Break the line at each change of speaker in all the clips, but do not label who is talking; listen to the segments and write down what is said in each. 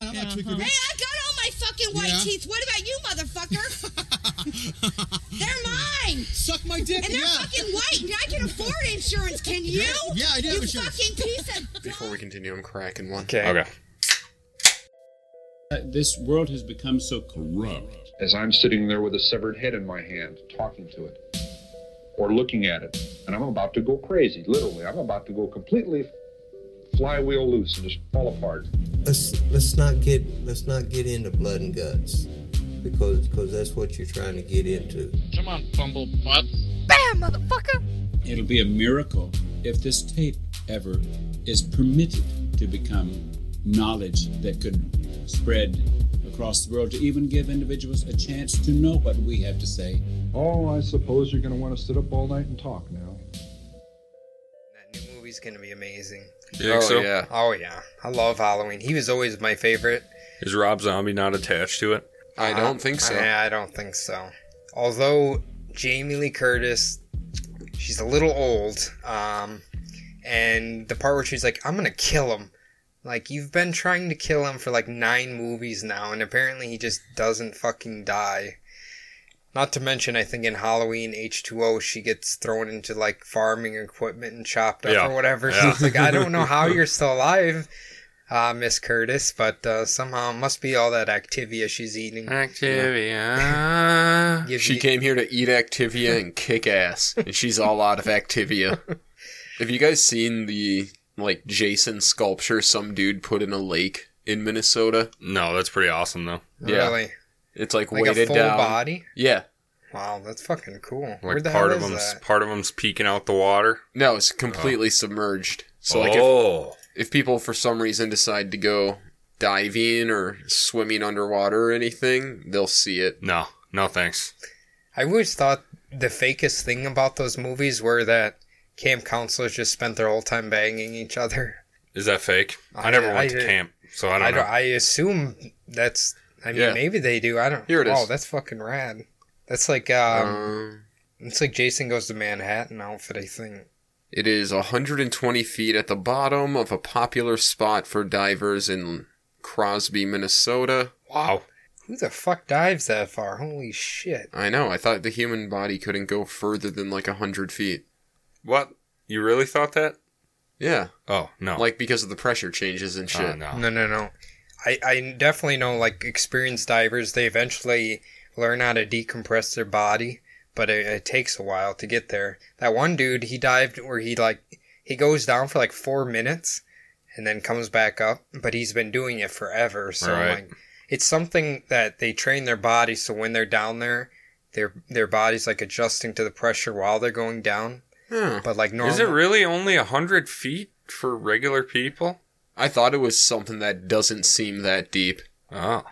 I like tweaker
Hey,
bits.
I got all my fucking white
Yeah.
teeth. What about you, motherfucker? they're mine.
Suck my dick.
And they're
yeah.
fucking white. And I can afford insurance. Can you?
Yeah, I do have
You
insurance.
fucking piece of.
Before we continue, I'm cracking one.
Okay.
Okay.
Uh, This world has become so corrupt.
as I'm sitting there with a severed head in my hand, talking to it or looking at it. And I'm about to go crazy, literally. I'm about to go completely flywheel loose and just fall apart.
Let's let's not get let's not get into blood and guts because because that's what you're trying to get into.
Come on, fumble butts.
Bam, motherfucker!
It'll be a miracle if this tape ever is permitted to become knowledge that could spread across the world to even give individuals a chance to know what we have to say.
Oh, I suppose you're going to want to sit up all night and talk now.
That new movie's gonna be amazing.
You think
oh
so?
yeah. Oh yeah. I love Halloween. He was always my favorite.
Is Rob Zombie not attached to it? I don't think so.
Yeah, I don't think so. Although Jamie Lee Curtis, she's a little old. Um, and the part where she's like, "I'm gonna kill him," like you've been trying to kill him for like nine movies now, and apparently he just doesn't fucking die. Not to mention, I think in Halloween H2O, she gets thrown into like farming equipment and chopped up
Yeah.
or whatever. So
Yeah.
it's like, I don't know how you're still alive, uh, Miss Curtis, but uh, somehow it must be all that Activia she's eating.
Activia.
Give
She
you-
came here to eat Activia and kick ass, and she's all out of Activia. Have you guys seen the like Jason sculpture some dude put in a lake in Minnesota?
No, that's pretty awesome though.
Yeah,
Really?
it's like,
Like a
weighted
full
down.
body?
Yeah,
Wow, that's fucking cool. Where
Like
the
part
hell
of
is
them's
that?
part of them's peeking out the water.
no,
Oh.
it's completely submerged. So like, if,
oh,
if people for some reason decide to go diving or swimming underwater or anything, they'll see it.
no, no thanks.
I always thought the fakest thing about those movies were that camp counselors just spent their whole time banging each other.
Is that fake? I,
I-
never
I-
went to camp, so I don't
I,
know.
don't, I assume that's. I mean,
Yeah.
maybe they do. I don't.
Here it
wow,
is.
that's fucking rad. That's like um,
Um,
it's like Jason goes to Manhattan outfit. I think.
it is 120 feet at the bottom of a popular spot for divers in Crosby, Minnesota.
wow.
Who the fuck dives that far? Holy shit!
I know. I thought the human body couldn't go further than like a hundred feet.
What? You really thought that?
Yeah,
Oh no.
like because of the pressure changes and
Oh,
shit.
no.
No, no, no. I, I definitely know like experienced divers. They eventually learn how to decompress their body, but it, it takes a while to get there. That one dude, he dived where he like he goes down for like four minutes, and then comes back up. But he's been doing it forever, so
Right.
like it's something that they train their body. So when they're down there, their their body's like adjusting to the pressure while they're going down.
Huh.
But like normal,
Is it really only a hundred feet for regular people?
I thought it was something that doesn't seem that deep.
Oh,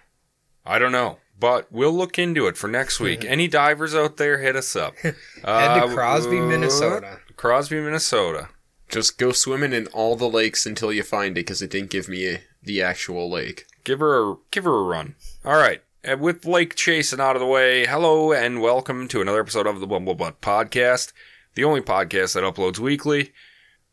I don't know, but we'll look into it for next week. Any divers out there, hit us up.
head
Uh,
to Crosby, Minnesota.
Crosby, Minnesota.
Just go swimming in all the lakes until you find it, because it didn't give me a, the actual lake.
Give her a give her a run. All right. And with Lake Chasing out of the way, hello and welcome to another episode of the Bumblebutt Podcast, the only podcast that uploads weekly.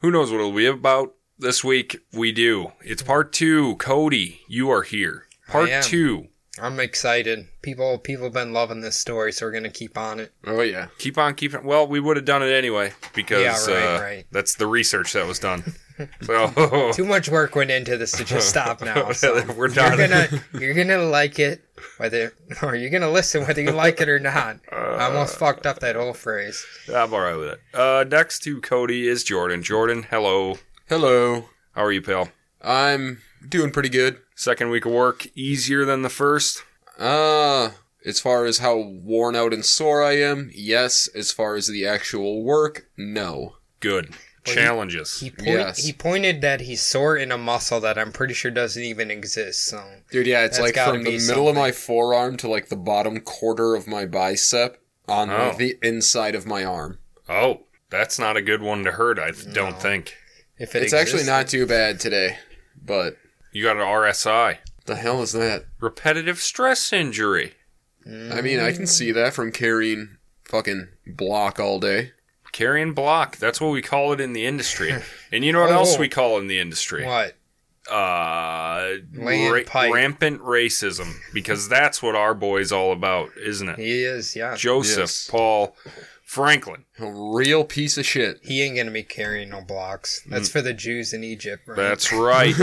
Who knows what it'll be about this week? We do. It's part two. Cody, you are here. Part
am.
two.
I'm excited. People people have been loving this story, so we're gonna keep on it.
Oh yeah,
Keep on keeping. Well, we would have done it anyway because
Yeah, right,
uh,
right.
that's the research that was done. so
Too much work went into this to just stop now. So you're
we're done.
gonna you're gonna like it whether or you're gonna listen whether you like it or not. I
Uh,
almost fucked up that whole phrase.
I'm all right with it. Uh, next to Cody is Jordan. Jordan, hello.
hello.
How are you, pal?
I'm doing pretty good.
Second week of work easier than the first.
Uh, as far as how worn out and sore I am, yes. As far as the actual work, no.
Good.
he-
Challenges.
He point,
Yes.
he pointed that he's sore in a muscle that I'm pretty sure doesn't even exist. So
Dude, yeah, it's
That's
like
gotta
from the
be
middle of my forearm to like the bottom quarter of my bicep on like,
Oh.
the inside of my arm.
oh, that's not a good one to hurt, I don't think.
if it
it's actually
exists-
not too bad today, but
You got an RSI.
the hell is that?
Repetitive stress injury.
I mean, I can see that from carrying fucking block all day.
Carrying block. That's what we call it in the industry. and you know what else
Oh.
we call it in the industry?
what
uh,
Land pipe.
rampant racism because that's what our boy's all about, isn't it?
He is, yeah.
Joseph,
Yes.
Paul, Franklin.
A real piece of shit.
He ain't gonna be carrying no blocks.
Mm.
That's for the Jews in Egypt, right?
That's right.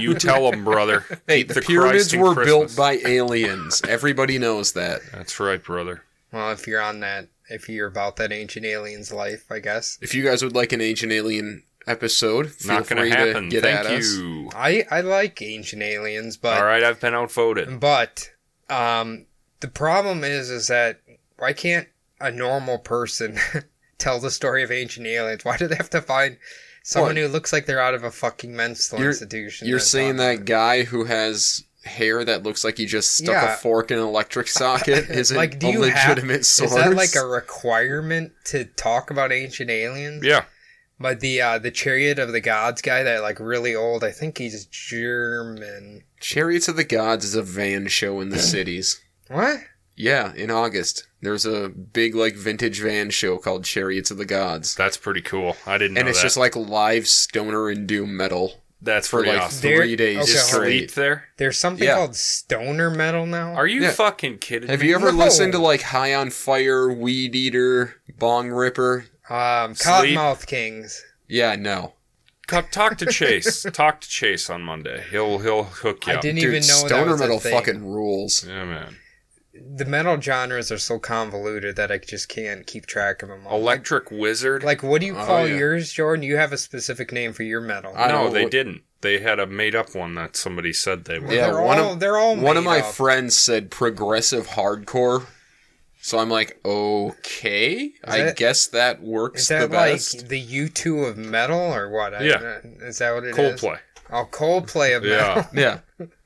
you tell him, brother.
Hey,
Keep
the,
Christ
pyramids
in
were
Christmas.
built by aliens. Everybody knows that.
That's right, brother.
well, if you're on that, if you're about that ancient alien's life, I guess.
If you guys would like an ancient alien episode, feel
Not going
free
to happen.
to get
Thank
at us.
you.
I I like ancient aliens, but
All right, I've been outvoted.
Mm-hmm.
But um, the problem is, is that why can't a normal person tell the story of ancient aliens? Why do they have to find someone
What?
who looks like they're out of a fucking mental
You're-
institution?
You're
that's
saying
on
that guy who has hair that looks like he just stuck
Yeah.
a fork in an electric socket isn't
Like, do
a
you
legitimate
have,
source.
Is that like a requirement to talk about ancient aliens?
Yeah.
But the uh, the chariot of the gods guy, that like really old. I think he's German.
Chariots of the Gods is a van show in the cities.
What?
Yeah, in August. There's a big like vintage van show called Chariots of the Gods.
That's pretty cool. I didn't know
And it's
that.
just like live stoner and doom metal
That's
for
pretty
like
awesome.
There-
three days
okay,
Is
hold on.
Sleep
straight.
there?
There's something
Yeah.
called stoner metal now.
Are you
Yeah.
fucking kidding
Have
me?
you ever
No.
listened to like High on Fire, Weed Eater, Bong Ripper?
um,
Sleep?
Cottonmouth Kings?
Yeah, no.
Co- talk to Chase. talk to Chase on Monday. He'll he'll hook you
I
up.
didn't
Dude,
even know
stoner
that was
metal
a thing.
fucking rules.
Yeah, man.
the metal genres are so convoluted that I just can't keep track of them all.
Electric Wizard.
like, what do you
Oh,
call
yeah.
yours, Jordan? You have a specific name for your metal.
I
no,
don't-
they didn't. They had a made up one that somebody said they were.
Yeah. They're all- they're all
one of
made
my
up.
friends said progressive hardcore. So I'm like, okay, I
that-
guess that works
is that
the
like
best.
the U two of metal or what? I-
Yeah.
is that what it is?
Coldplay.
Oh, Coldplay of metal.
Yeah.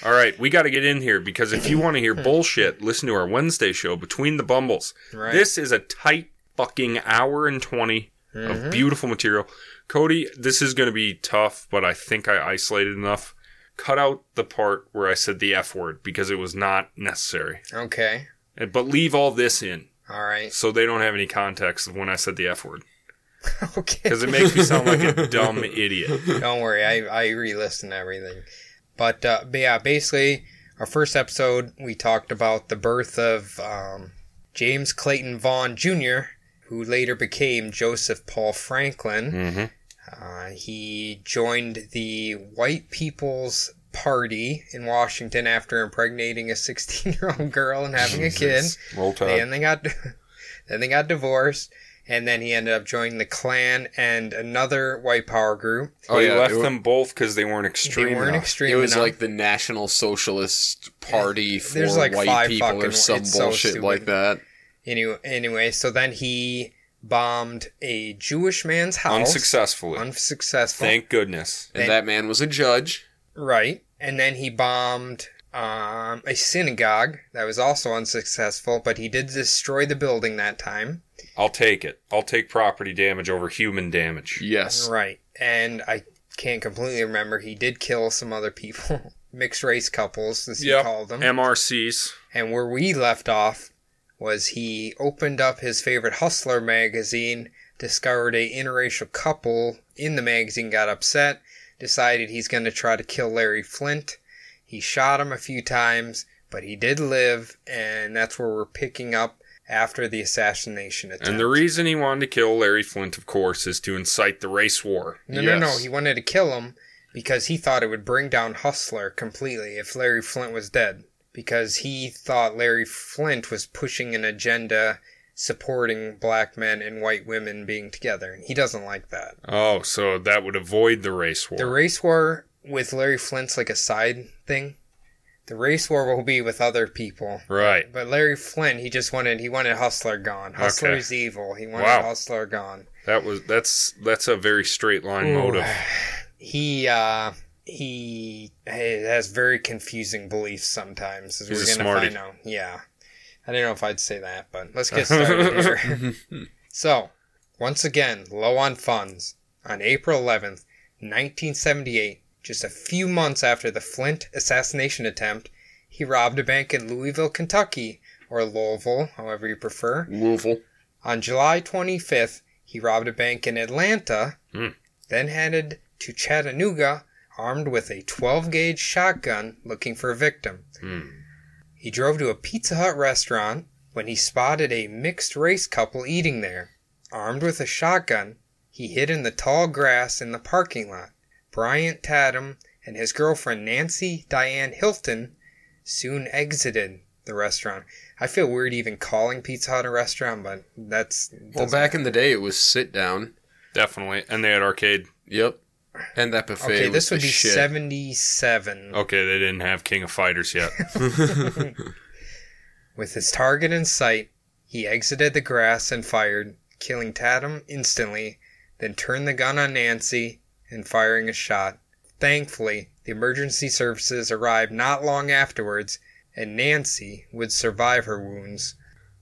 Yeah,
All right, we got to get in here because if you want to hear bullshit, listen to our Wednesday show between the bumbles.
Right.
This is a tight fucking hour and 20 of beautiful material. Cody, this is going to be tough, but I think I isolated enough. Cut out the part where I said the F word because it was not necessary.
Okay.
And- But leave all this in
All right.
so they don't have any context of when I said the F word
Okay.
because it makes me sound like a dumb idiot.
Don't worry, I, I re-listened to everything. But, uh, but yeah, basically, our first episode, we talked about the birth of um, James Clayton Vaughn Jr., who later became Joseph Paul Franklin.
Mhm.
Uh, he joined the White People's Party in Washington after impregnating a 16-year-old girl and having a kid.
Roll
They- Then they got then they got divorced, and then he ended up joining the Klan and another white power group.
oh
they
yeah,
left
it, wa-
them both because they weren't
They
extreme.
weren't
enough.
extreme.
It was
enough.
like the National Socialist Party for
There's like
white
five
people
fucking-
or some
it's so
bullshit
stupid.
like that.
anyway. Anyway, so then he bombed a Jewish man's house
unsuccessfully.
unsuccessful.
Thank goodness.
And
They-
that man was a judge.
Right, and then he bombed um, a synagogue that was also unsuccessful, but he did destroy the building that time.
I'll take it. I'll take property damage over human damage.
Yes,
Right. And I can't completely remember. He did kill some other people, mixed race couples, as he called them.
MRCs.
and where we left off was he opened up his favorite Hustler magazine, discovered a interracial couple in the magazine, got upset, decided he's going to try to kill Larry Flint. He shot him a few times, but he did live, and that's where we're picking up after the assassination attempt.
And the reason he wanted to kill Larry Flint, of course, is to incite the race war.
No, no, no.
Yes.
He wanted to kill him because he thought it would bring down Hustler completely if Larry Flint was dead. Because he thought Larry Flint was pushing an agenda supporting black men and white women being together. And he doesn't like that.
Oh, so that would avoid the race war.
The race war with Larry Flint's like a side thing. The race war will be with other people.
right.
But Larry Flint, he just wanted he wanted Hustler gone. Hustler
Okay.
is evil. He wanted
Wow.
Hustler gone.
That was that's that's a very straight line motive.
he uh he has very confusing beliefs sometimes as
He's
we're
a
gonna
smarty.
find out yeah i don't know if i'd say that but let's get started here so once again low on funds on april 11th 1978 just a few months after the flint assassination attempt he robbed a bank in louisville kentucky or louisville however you prefer
Louisville.
on July 25th, he robbed a bank in Atlanta,
Hmm.
then headed to Chattanooga, armed with a 12 gauge shotgun looking for a victim.
Hmm.
He drove to a Pizza Hut restaurant when he spotted a mixed race couple eating there. Armed with a shotgun, he hid in the tall grass in the parking lot. Bryant Tatum and his girlfriend Nancy Diane Hilton soon exited the restaurant. I feel weird even calling Pizza Hut a restaurant, but that's
Well, back in the day, it was sit down.
Definitely. And they had arcade.
Yep. And that buffet.
okay.
was
This
the
would be
shit.
seventy-seven.
Okay, they didn't have King of Fighters yet.
With his target in sight, he exited the grass and fired, killing Tatum instantly, then turned the gun on Nancy and firing a shot. Thankfully, the emergency services arrived not long afterwards, and Nancy would survive her wounds.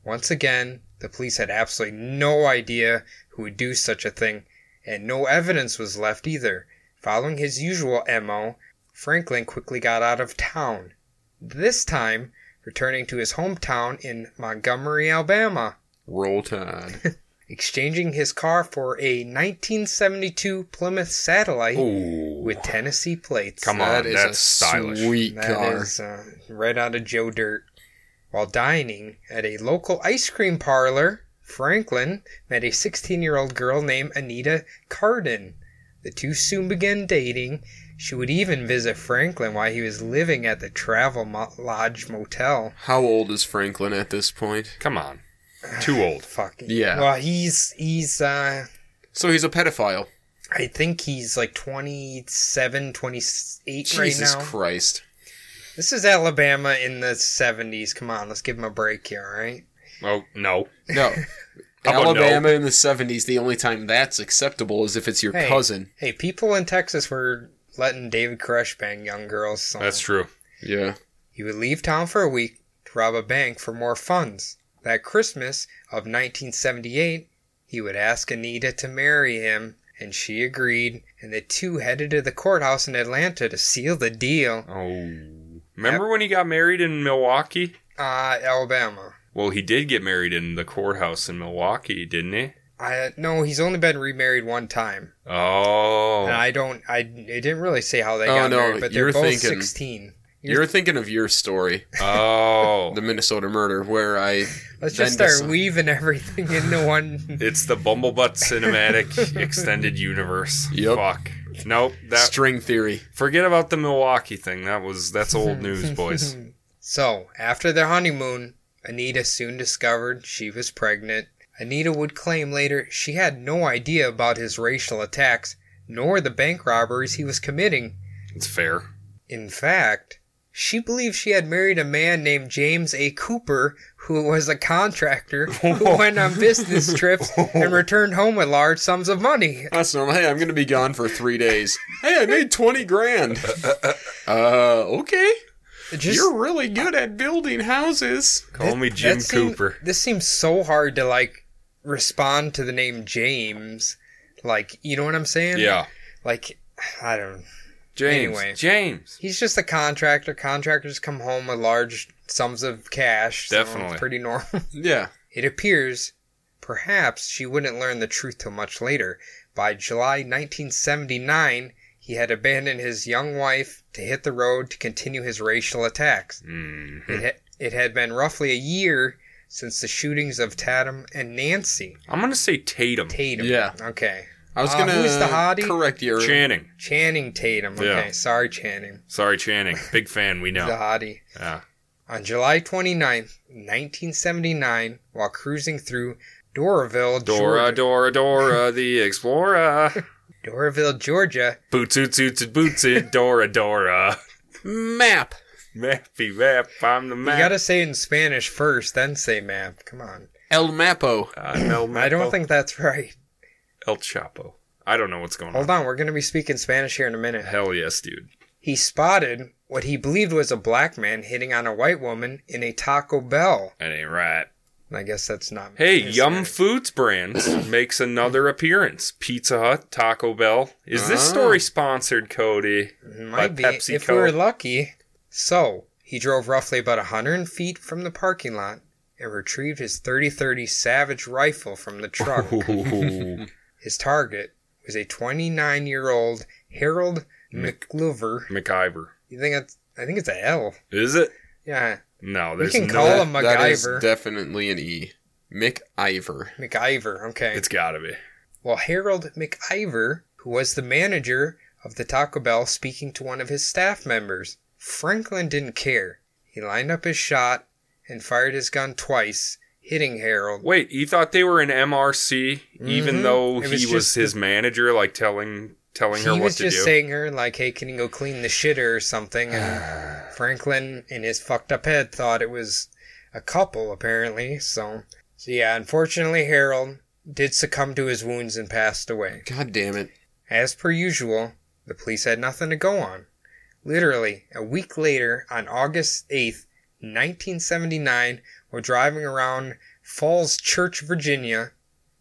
Once again, the police had absolutely no idea who would do such a thing, and no evidence was left either. Following his usual MO, Franklin quickly got out of town. This time, returning to his hometown in Montgomery, Alabama,
Roll Tide.
exchanging his car for a 1972 Plymouth Satellite with Tennessee plates.
Come on,
That is
that's
a
stylish.
sweet
That
car.
is uh, right out of Joe Dirt. While dining at a local ice cream parlor, Franklin met a 16 year old girl named Anita Cardin. The two soon began dating. She would even visit Franklin while he was living at the Travel Mo- Lodge Motel.
How old is Franklin at this point?
Come on. Too old.
Fucking
Yeah.
Well, he's he's uh
So he's a pedophile.
I think he's like 27, 28
Jesus
right now.
Christ.
This is Alabama in the 70s. Come on, let's give him a break here, all right?
Oh, no.
No.
How about no?
Alabama in the 70s, the only time that's acceptable is if it's your
Hey.
cousin.
Hey, people in Texas were letting David Koresh bang young girls. So
That's true.
Yeah.
He would leave town for a week to rob a bank for more funds. That Christmas of 1978, he would ask Anita to marry him, and she agreed, and the two headed to the courthouse in Atlanta to seal the deal.
Oh. Remember when he got married in Milwaukee?
Uh, Alabama.
Well, he did get married in the courthouse in Milwaukee, didn't he?
I no, he's only been remarried one time,
Oh.
and I don't. I it didn't really say how they
Oh,
got
no,
married, but they're
you're
both
thinking-
sixteen. You're-
You're thinking of your story,
Oh.
the Minnesota murder, where I.
Let's just
then
start
decide-
weaving everything into one.
It's the Bumblebutt cinematic extended universe.
Yep.
Fuck. Nope. That
String theory.
forget about the Milwaukee thing. That was that's old news, boys.
so after their honeymoon, Anita soon discovered she was pregnant. Anita would claim later she had no idea about his racial attacks nor the bank robberies he was committing.
It's fair.
In fact, she believed she had married a man named James A. Cooper, who was a contractor who went on business trips and returned home with large sums of money.
That's normal. Hey, I'm going to be gone for three days. hey, I made 20 grand. uh, okay.
Just,
You're really good at building houses.
Call me Jim
that seem-
Cooper.
this seems so hard to like respond to the name James. Like, you know what I'm saying?
Yeah.
Like, I don't.
James.
Anyway.
James.
He's just a contractor. Contractors come home with large sums of cash. so it's
Definitely.
pretty normal.
Yeah.
It appears, perhaps, she wouldn't learn the truth till much later. By July 1979, he had abandoned his young wife to hit the road to continue his racial attacks.
Mm-hmm.
It, ha- it had been roughly a year since the shootings of Tatum and Nancy
I'm gonna say Tatum.
Tatum.
Yeah.
Okay.
I was
Uh,
going to
who's the hottie?
correct you.
Channing.
Channing Tatum. Okay.
Yeah.
Sorry, Channing.
Sorry, Channing. Big fan, we
The
know.
hottie.
Yeah.
On July 29th, 1979, while cruising through Doraville, Georgia,
Dora, Dora, Dora, the explorer.
Doraville, Georgia,
Boots, boots, boots, boots, it, Dora, Dora.
Map.
Mappy map, I'm the
You
map.
gotta say it in Spanish first, then say map. Come on.
El Mapo.
I'm El
I don't
Mapo.
think that's right.
El Chapo. I don't know what's going on.
Hold on, we're gonna be speaking Spanish here in a minute.
Hell yes, dude.
He spotted what he believed was a black man hitting on a white woman in a Taco Bell.
That ain't right.
And I guess that's not.
Hey,
it's
Yum
not-
Foods Brands makes another appearance. Pizza Hut, Taco Bell. Is this
Ah.
story sponsored, Cody?
it
by
might be
PepsiCo.
if we were lucky. So he drove roughly about a hundred feet from the parking lot and retrieved his 30-30 Savage rifle from the
Oh.
truck.
Ooh.
His target was a 29 year old Harold McGlover.
McIver.
You think that's? I think it's a L.
Is it?
Yeah,
No,
we
there's
can
no.
call him
That is
MacGyver.
definitely an E. Mick Ivor.
McIver. Okay.
It's gotta be.
Well, Harold McIver, who was the manager of the Taco Bell, speaking to one of his staff members, Franklin didn't care. He lined up his shot and fired his gun twice, hitting Harold.
Wait, he thought they were in MRC, even
Mhm.
though
It
he
was
was,
just-
his manager, like telling telling
He
her what
was
to
just
do.
saying her like, "Hey, can you go clean the shitter or something?" And Franklin, in his fucked up head, thought it was a couple. Apparently, so so yeah. Unfortunately, Harold did succumb to his wounds and passed away.
God damn it.
As per usual, the police had nothing to go on. Literally, a week later, on August 8th, 1979, while driving around Falls Church, Virginia,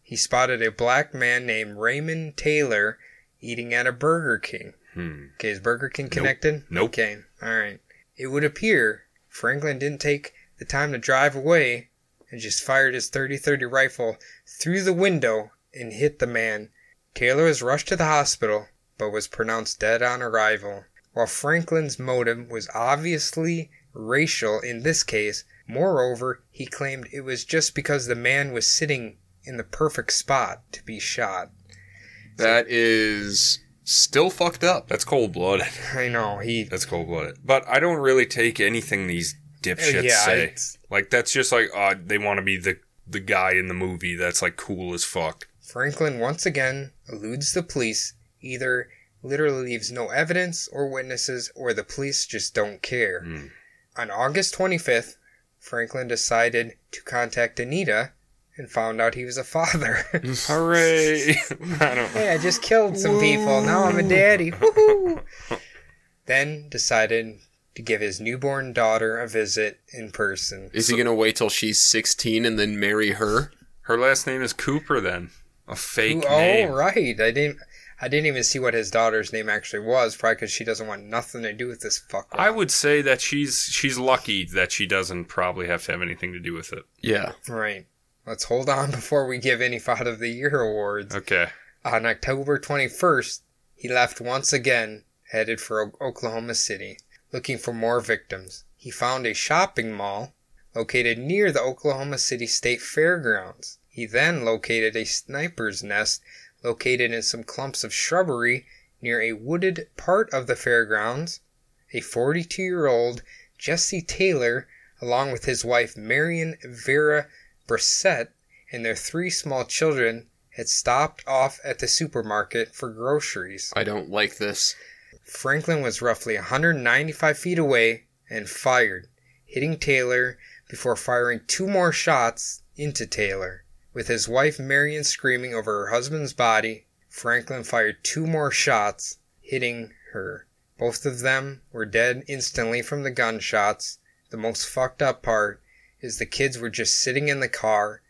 he spotted a black man named Raymond Taylor eating at a Burger King.
Hmm.
Okay, is Burger King connected?
Nope.
Okay, all right. It would appear Franklin didn't take the time to drive away and just fired his 30-30 rifle through the window and hit the man Taylor was rushed to the hospital, but was pronounced dead on arrival. While Franklin's motive was obviously racial in this case, moreover, he claimed it was just because the man was sitting in the perfect spot to be shot.
That is still fucked up.
That's cold blooded.
I know, he.
That's cold blooded. But I don't really take anything these dipshits
Yeah,
say.
it's-
Like that's just like uh, they want to be the the guy in the movie that's like cool as fuck.
Franklin once again eludes the police, either literally leaves no evidence or witnesses, or the police just don't care.
Hmm.
On August 25th, Franklin decided to contact Anita and found out he was a father.
Hooray! I don't know.
hey, I just killed some people. Now I'm a daddy. Woohoo! Then decided to give his newborn daughter a visit in person.
Is he gonna wait till she's 16 and then marry her?
Her last name is Cooper. Then a fake
Ooh, oh,
name.
right. I didn't. I didn't even see what his daughter's name actually was, probably because she doesn't want nothing to do with this fuck.
I would say that she's she's lucky that she doesn't probably have to have anything to do with it.
Yeah.
Right. Let's hold on before we give any Fod of the Year awards.
Okay.
On October 21st, he left once again, headed for O- Oklahoma City, looking for more victims. He found a shopping mall located near the Oklahoma City State Fairgrounds. He then located a sniper's nest located in some clumps of shrubbery near a wooded part of the fairgrounds. A 42 year old Jesse Taylor, along with his wife Marion Vera Brissett, and their three small children had stopped off at the supermarket for groceries.
I don't like this.
Franklin was roughly 195 feet away and fired, hitting Taylor before firing two more shots into Taylor. With his wife Marion screaming over her husband's body, Franklin fired two more shots, hitting her. Both of them were dead instantly from the gunshots. The most fucked up part is the kids were just sitting in the car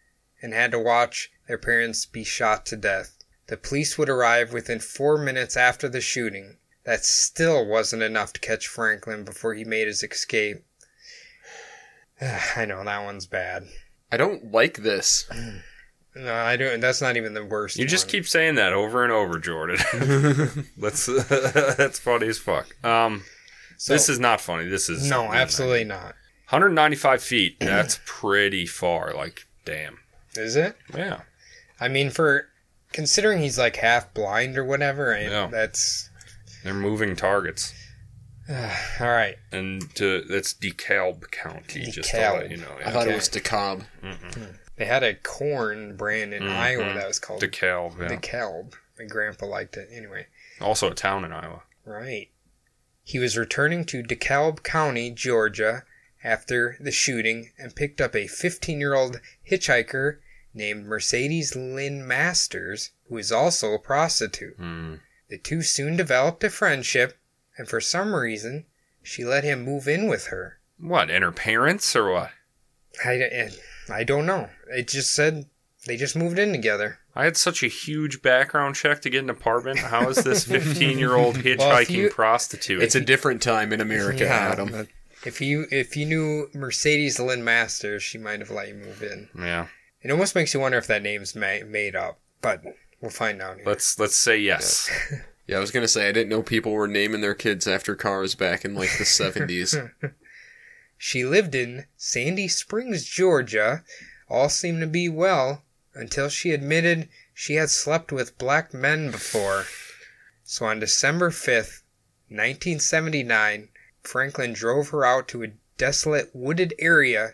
and had to watch their parents be shot to death. The police would arrive within four minutes after the shooting. That still wasn't enough to catch Franklin before he made his escape. I know that one's bad.
I don't like this.
No, I don't. That's not even the worst.
You just
one.
keep saying that over and over, Jordan. that's that's funny as fuck. Um,
So-
this is not funny. This is
no, absolutely not.
195 feet. That's pretty far. Like, damn.
Is it?
Yeah.
I mean, for considering he's like half blind or whatever, I,
Yeah.
that's
They're moving targets,
all right.
and to, that's DeKalb County. Just to
DeKalb.
let you know,
I
yeah. Mm-hmm.
thought
Okay.
it was DeKalb.
They had a corn brand in Iowa that was called
DeKalb. Yeah.
the Kelb. My grandpa liked it anyway.
also a town in Iowa.
Right. He was returning to DeKalb County, Georgia, after the shooting and picked up a 15 year old hitchhiker named Mercedes Lynn Masters, who is also a prostitute.
Hmm.
The two soon developed a friendship, and for some reason, she let him move in with her.
What? And her parents or what?
I, eh, I don't know. It just said they just moved in together.
I had such a huge background check to get an apartment. How is this 15 year old hitchhiking
you-
prostitute?
It's a different time in America,
Yeah.
Adam.
If you if you knew Mercedes Lynn Masters, she might have let you move in.
yeah.
It almost makes you wonder if that name's ma- made up, but we'll find out. here.
Let's let's say yes.
Yeah, I was gonna say I didn't know people were naming their kids after cars back in like the seventies.
She lived in Sandy Springs, Georgia. All seemed to be well until she admitted she had slept with black men before. So on December 5th, 1979, Franklin drove her out to a desolate wooded area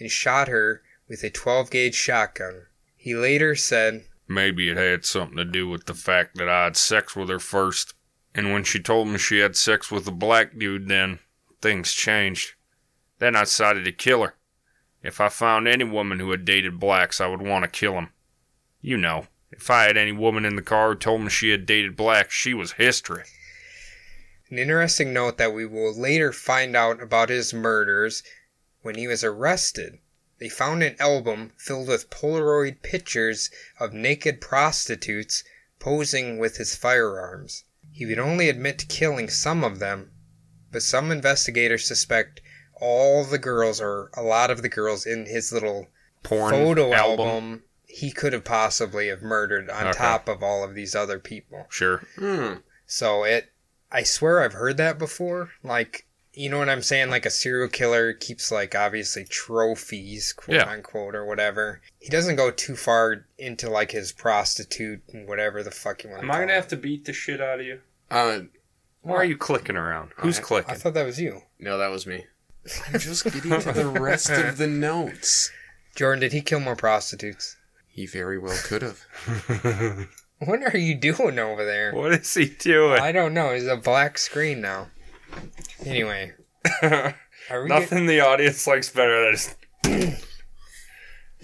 and shot her with a 12 gauge shotgun. He later said,
Maybe it had something to do with the fact that I had sex with her first. And when she told me she had sex with a black dude, then things changed. Then I decided to kill her. If I found any woman who had dated blacks, I would want to kill 'em. You know, if I had any woman in the car who told me she had dated blacks, she was history.
An interesting note that we will later find out about his murders when he was arrested. They found an album filled with Polaroid pictures of naked prostitutes posing with his firearms. He would only admit to killing some of them, but some investigators suspect all the girls or a lot of the girls in his little
Porn
photo
album.
album. he could have possibly have murdered on
Okay.
top of all of these other people.
Sure.
Hmm.
So it, I swear I've heard that before. Like, you know what I'm saying? Like a serial killer keeps like obviously trophies, quote
Yeah.
unquote, or whatever. He doesn't go too far into like his prostitute and whatever the fuck you want.
Am I gonna have to beat the shit out of you?
Uh,
Why are you clicking around? Who's
I
clicking?
thought that was you,
no, that was me. I'm just getting to the rest of the notes.
Jordan. Did he kill more prostitutes?
He very well could have.
What are you doing over there?
What is he doing?
I don't know. It's a black screen now. Anyway, are we get-
Nothing the audience likes better than just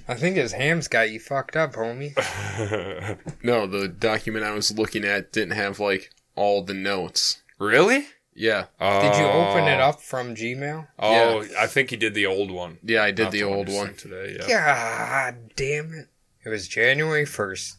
I think his ham's got you fucked up, homie.
No, the document I was looking at didn't have like all the notes.
Really?
Yeah,
Did you open it up from Gmail?
Oh, I think he did the old one.
yeah, I did
Not
the
one
old
you
one.
sent today. Yeah.
God damn it. It was January 1st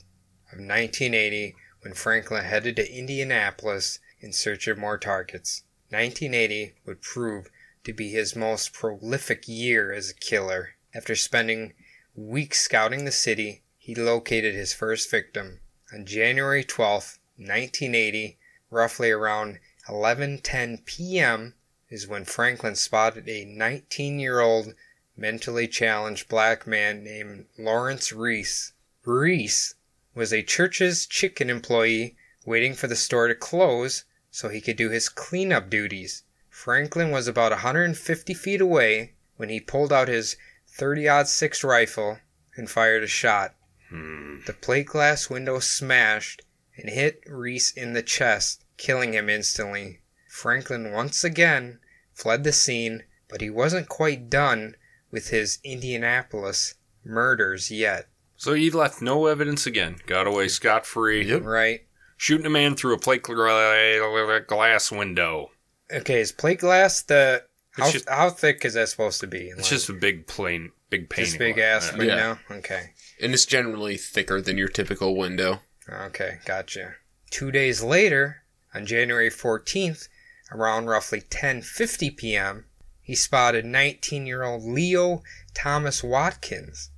of 1980 when Franklin headed to Indianapolis in search of more targets. 1980 would prove to be his most prolific year as a killer. After spending weeks scouting the city, he located his first victim on January 12th, 1980, roughly around 11:10 p.m. is when Franklin spotted a 19-year-old mentally challenged black man named Lawrence Reese. Reese was a church's chicken employee waiting for the store to close so he could do his cleanup duties. Franklin was about 150 feet away when he pulled out his 30 6 rifle and fired a shot.
Hmm.
The plate glass window smashed and hit Reese in the chest, killing him instantly. Franklin once again fled the scene, but he wasn't quite done with his Indianapolis murders yet,
So he left no evidence again. Got away scot free.
Yep.
right?
Shooting a man through a plate gla- glass window.
Okay, is plate glass the
It's
how,
just-
how thick is that supposed to be?
It's just a big plain, big painting. Uh,
this big
like
ass
that.
window. Okay,
And it's generally thicker than your typical window.
okay, gotcha. Two days later, on January fourteenth, around roughly ten fifty p.m., he spotted nineteen-year-old Leo Thomas Watkins.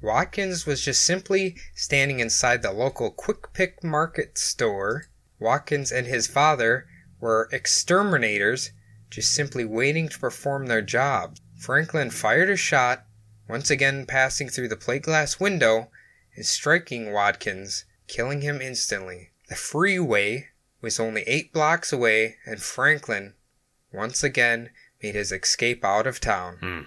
Watkins was just simply standing inside the local Quick Pick Market store. Watkins and his father were exterminators, just simply waiting to perform their job. Franklin fired a shot, once again passing through the plate glass window and striking Watkins, killing him instantly. The freeway was only eight blocks away, and Franklin, once again, made his escape out of town.
Hmm.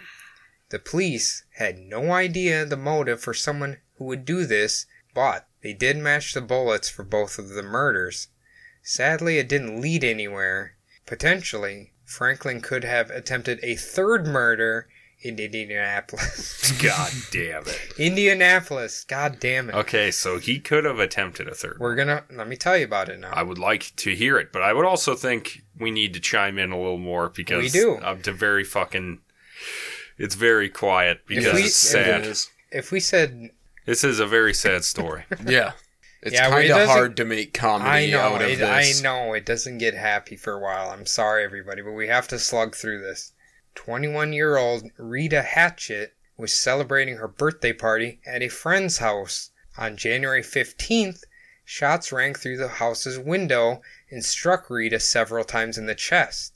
The police had no idea the motive for someone who would do this, but they did match the bullets for both of the murders. Sadly, it didn't lead anywhere. Potentially, Franklin could have attempted a third murder in Indianapolis.
God damn it.
Indianapolis, god damn it.
Okay, so he could have attempted a third.
We're gonna let me tell you about it now.
I would like to hear it, but I would also think we need to chime in a little more because
We do.
I'm to very fucking. It's very quiet because
we-
it's
It
sad.
is.
if we said
This is a very sad story.
Yeah. It's
Yeah, well, it
kind of
doesn't-
hard to make
I
comedy
know
out of
it, I
this.
know it doesn't get happy for a while. I'm sorry everybody, but we have to slug through this. 21-year-old Rita Hatchett was celebrating her birthday party at a friend's house on January 15th. Shots rang through the house's window and struck Rita several times in the chest,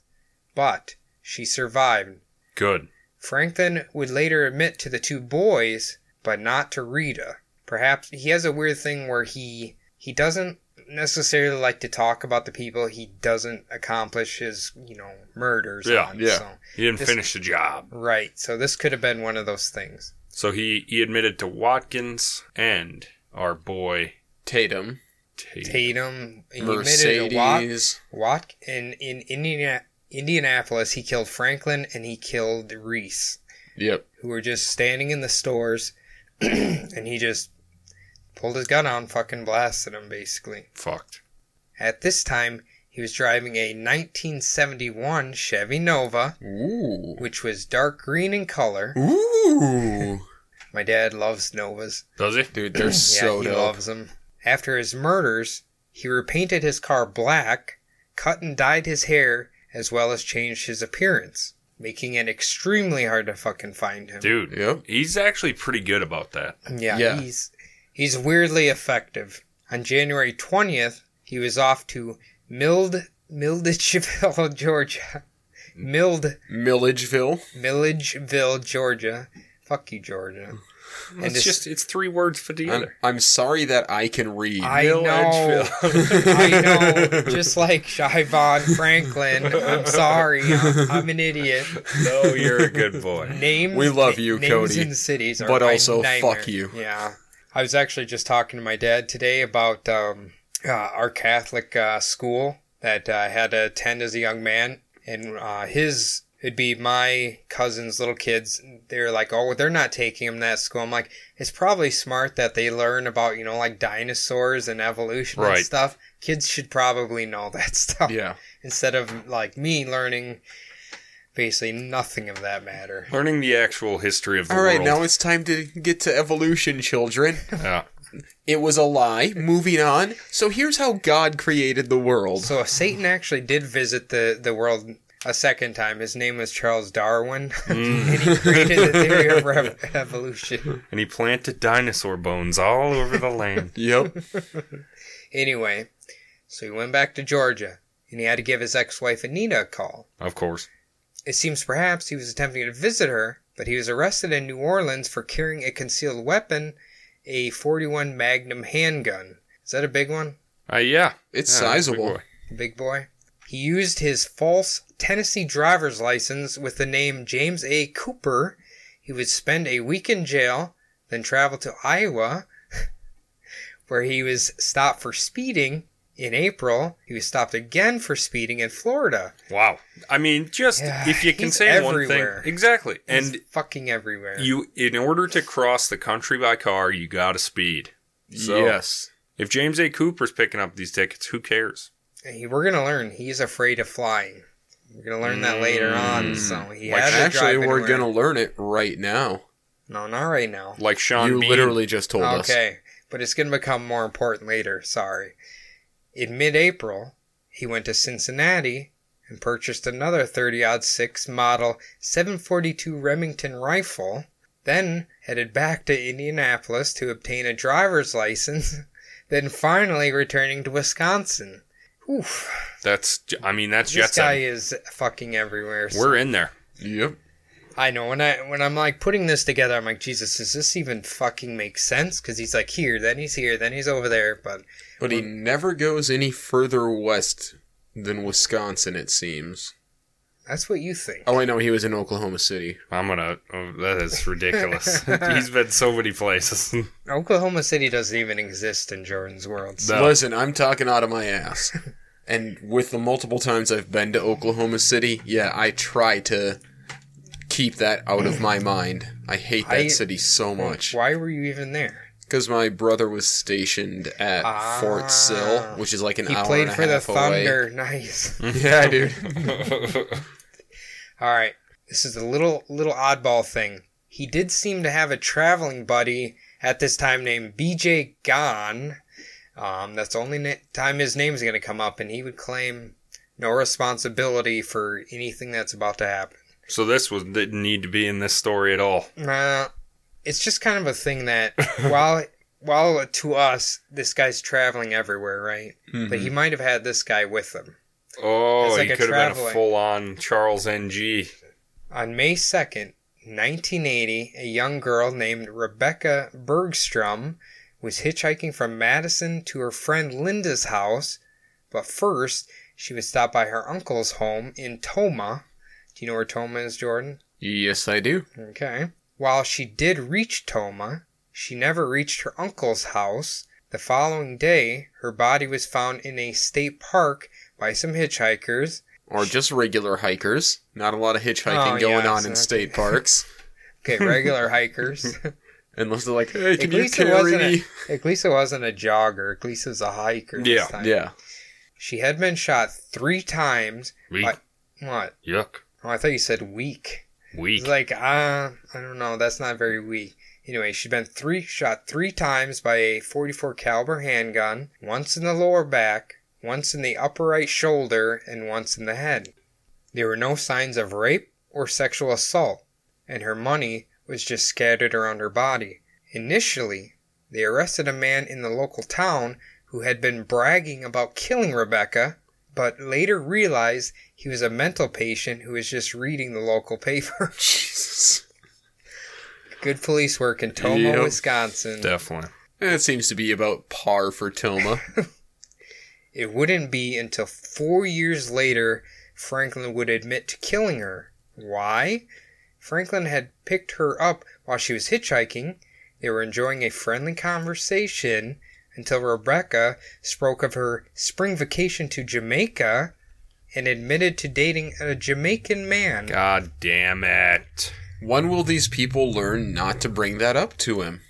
but she survived.
Good.
Franklin would later admit to the two boys, but not to Rita. Perhaps he has a weird thing where he he doesn't necessarily like to talk about the people he doesn't accomplish his, you know, murders
Yeah,
on.
yeah.
So,
He didn't
This-
finish the job.
right. So this could have been one of those things.
So he, he admitted to Watkins and our boy
Tatum,
Tate.
Tatum he admitted to Wat,
Mercedes.
Wat in in Indiana, Indianapolis he killed Franklin and he killed Reese.
Yep.
who were just standing in the stores, and he just pulled his gun out and fucking blasted them, basically.
Fucked.
At this time, he was driving a 1971 Chevy Nova,
Ooh.
which was dark green in color.
Ooh.
My dad loves Novas.
Does he?
Dude, they're
Yeah,
so
he
dope.
loves them. After his murders, he repainted his car black, cut and dyed his hair, as well as changed his appearance, making it extremely hard to fucking find him.
Dude,
Yep.
he's actually pretty good about that.
Yeah,
Yeah.
he's he's weirdly effective. On January twentieth, he was off to Mild Mildageville, Georgia. Mild
Milledgeville.
Milledgeville, Georgia. Fuck you, Georgia. And
It's
this-
just, it's three words for the
I'm,
other.
I'm sorry that I can read.
I know, I know. Just like Shivon Franklin, I'm sorry, I'm, I'm an idiot.
no, Oh, you're a good boy.
Names,
We love
na-
you,
names
Cody,
and cities are
but
my
also
nightmare.
fuck you.
Yeah, I was actually just talking to my dad today about um, uh, our Catholic uh, school that uh, I had to attend as a young man, and uh, his it'd be my cousin's little kids. They're like, oh, they're not taking him to that school. I'm like, it's probably smart that they learn about you know like dinosaurs and evolution
Right.
and stuff. Kids should probably know that stuff
Yeah.
instead of like me learning basically nothing of that matter.
Learning the actual history of the
All right, now
world.
it's time to get to evolution, children.
Yeah.
It was a lie. Moving on. So here's how God created the world.
So uh, Satan actually did visit the, the world a second time. His name was Charles Darwin, and he created the theory of rev- evolution.
And he planted dinosaur bones all over the land.
Yep.
Anyway, so he went back to Georgia, and he had to give his ex-wife Anita a call.
Of course.
It seems perhaps he was attempting to visit her, but he was arrested in New Orleans for carrying a concealed weapon, a 41 Magnum handgun. Is that a big one?
Uh, yeah.
It's
Yeah, that's a big
sizable.
boy.
Big boy. He used his false Tennessee driver's license with the name James A. Cooper. He would spend a week in jail, then travel to Iowa, where he was stopped for speeding. In April, he was stopped again for speeding in Florida.
Wow. I mean, just
Yeah,
if you can
he's
say
everywhere.
one thing. Exactly.
He's
And
fucking everywhere.
you in order to cross the country by car, you got to speed. So
Yes.
if James A. Cooper's picking up these tickets, who cares?
Hey, We're gonna learn he's afraid of flying. We're gonna learn that later on. So he
Like,
had to
Mm, Actually,
drive
we're
anywhere.
gonna learn it right now.
No, not right now.
Like Sean
you
Bean.
literally just told us.
Okay, but it's going to become more important later. Sorry. In mid April, he went to Cincinnati and purchased another 30 6 model 742 Remington rifle, then headed back to Indianapolis to obtain a driver's license, then finally returning to Wisconsin. Oof.
That's I mean, that's
This
Jetson.
guy is fucking everywhere.
We're in there.
Yep.
I know when I when I'm like putting this together, I'm like, Jesus, does this even fucking make sense? Because he's like here, then he's here, then he's over there. But
But he never goes any further west than Wisconsin, it seems.
that's what you think.
Oh, I know he was in Oklahoma City.
I'm gonna. Oh, that is ridiculous. He's been so many places.
Oklahoma City doesn't even exist in Jordan's world. so-
No.
Listen, I'm talking out of my ass. and with the multiple times I've been to Oklahoma City, yeah, I try to keep that out of my mind. I hate that
I-
city so much.
Why were you even there?
Because my brother was stationed at
Ah.
Fort Sill, which is like an
He
hour
played
and a
for the
half away. Mm.
Thunder. Nice.
Yeah, dude.
All right. This is a little little oddball thing. He did seem to have a traveling buddy at this time named B.J. Gon. Um, that's the only na- time his name's going to come up, and he would claim no responsibility for anything that's about to happen.
so this was didn't need to be in this story at all.
Nah, it's just kind of a thing that while while to us this guy's traveling everywhere, right?
Mm-hmm.
But he might have had this guy with him.
Oh,
It's like
he
a
could have been a
traveling-
full on Charles N.G.
On May 2nd, 1980, a young girl named Rebecca Bergstrom was hitchhiking from Madison to her friend Linda's house, but first she was stopped by her uncle's home in Toma. Do you know where Toma is, Jordan?
Yes, I do.
Okay. While she did reach Toma, she never reached her uncle's house. The following day, her body was found in a state park by some hitchhikers.
Or just regular hikers. Not a lot of hitchhiking
Oh,
going
yeah,
on in
exactly.
state parks.
Okay, regular hikers.
Unless they're like, hey, can
At
you
least, it wasn't
carry me?
a, at least it wasn't a jogger. At least it was a hiker.
Yeah,
this time.
Yeah.
She had been shot three times.
Weak.
What? What?
Yuck.
Oh, I thought you said weak.
Weak.
It's like, uh, I don't know. That's not very weak. Anyway, she'd been three shot three times by a 44 caliber handgun. Once in the lower back, once in the upper right shoulder, and once in the head. There were no signs of rape or sexual assault, and her money was just scattered around her body. Initially, they arrested a man in the local town who had been bragging about killing Rebecca, but later realized he was a mental patient who was just reading the local paper.
Jesus.
Good police work in Toma,
Yep.
Wisconsin.
Definitely.
That seems to be about par for Toma.
It wouldn't be until four years later Franklin would admit to killing her. Why? Franklin had picked her up while she was hitchhiking. They were enjoying a friendly conversation until Rebecca spoke of her spring vacation to Jamaica and admitted to dating a Jamaican man.
God damn it.
when will these people learn not to bring that up to him?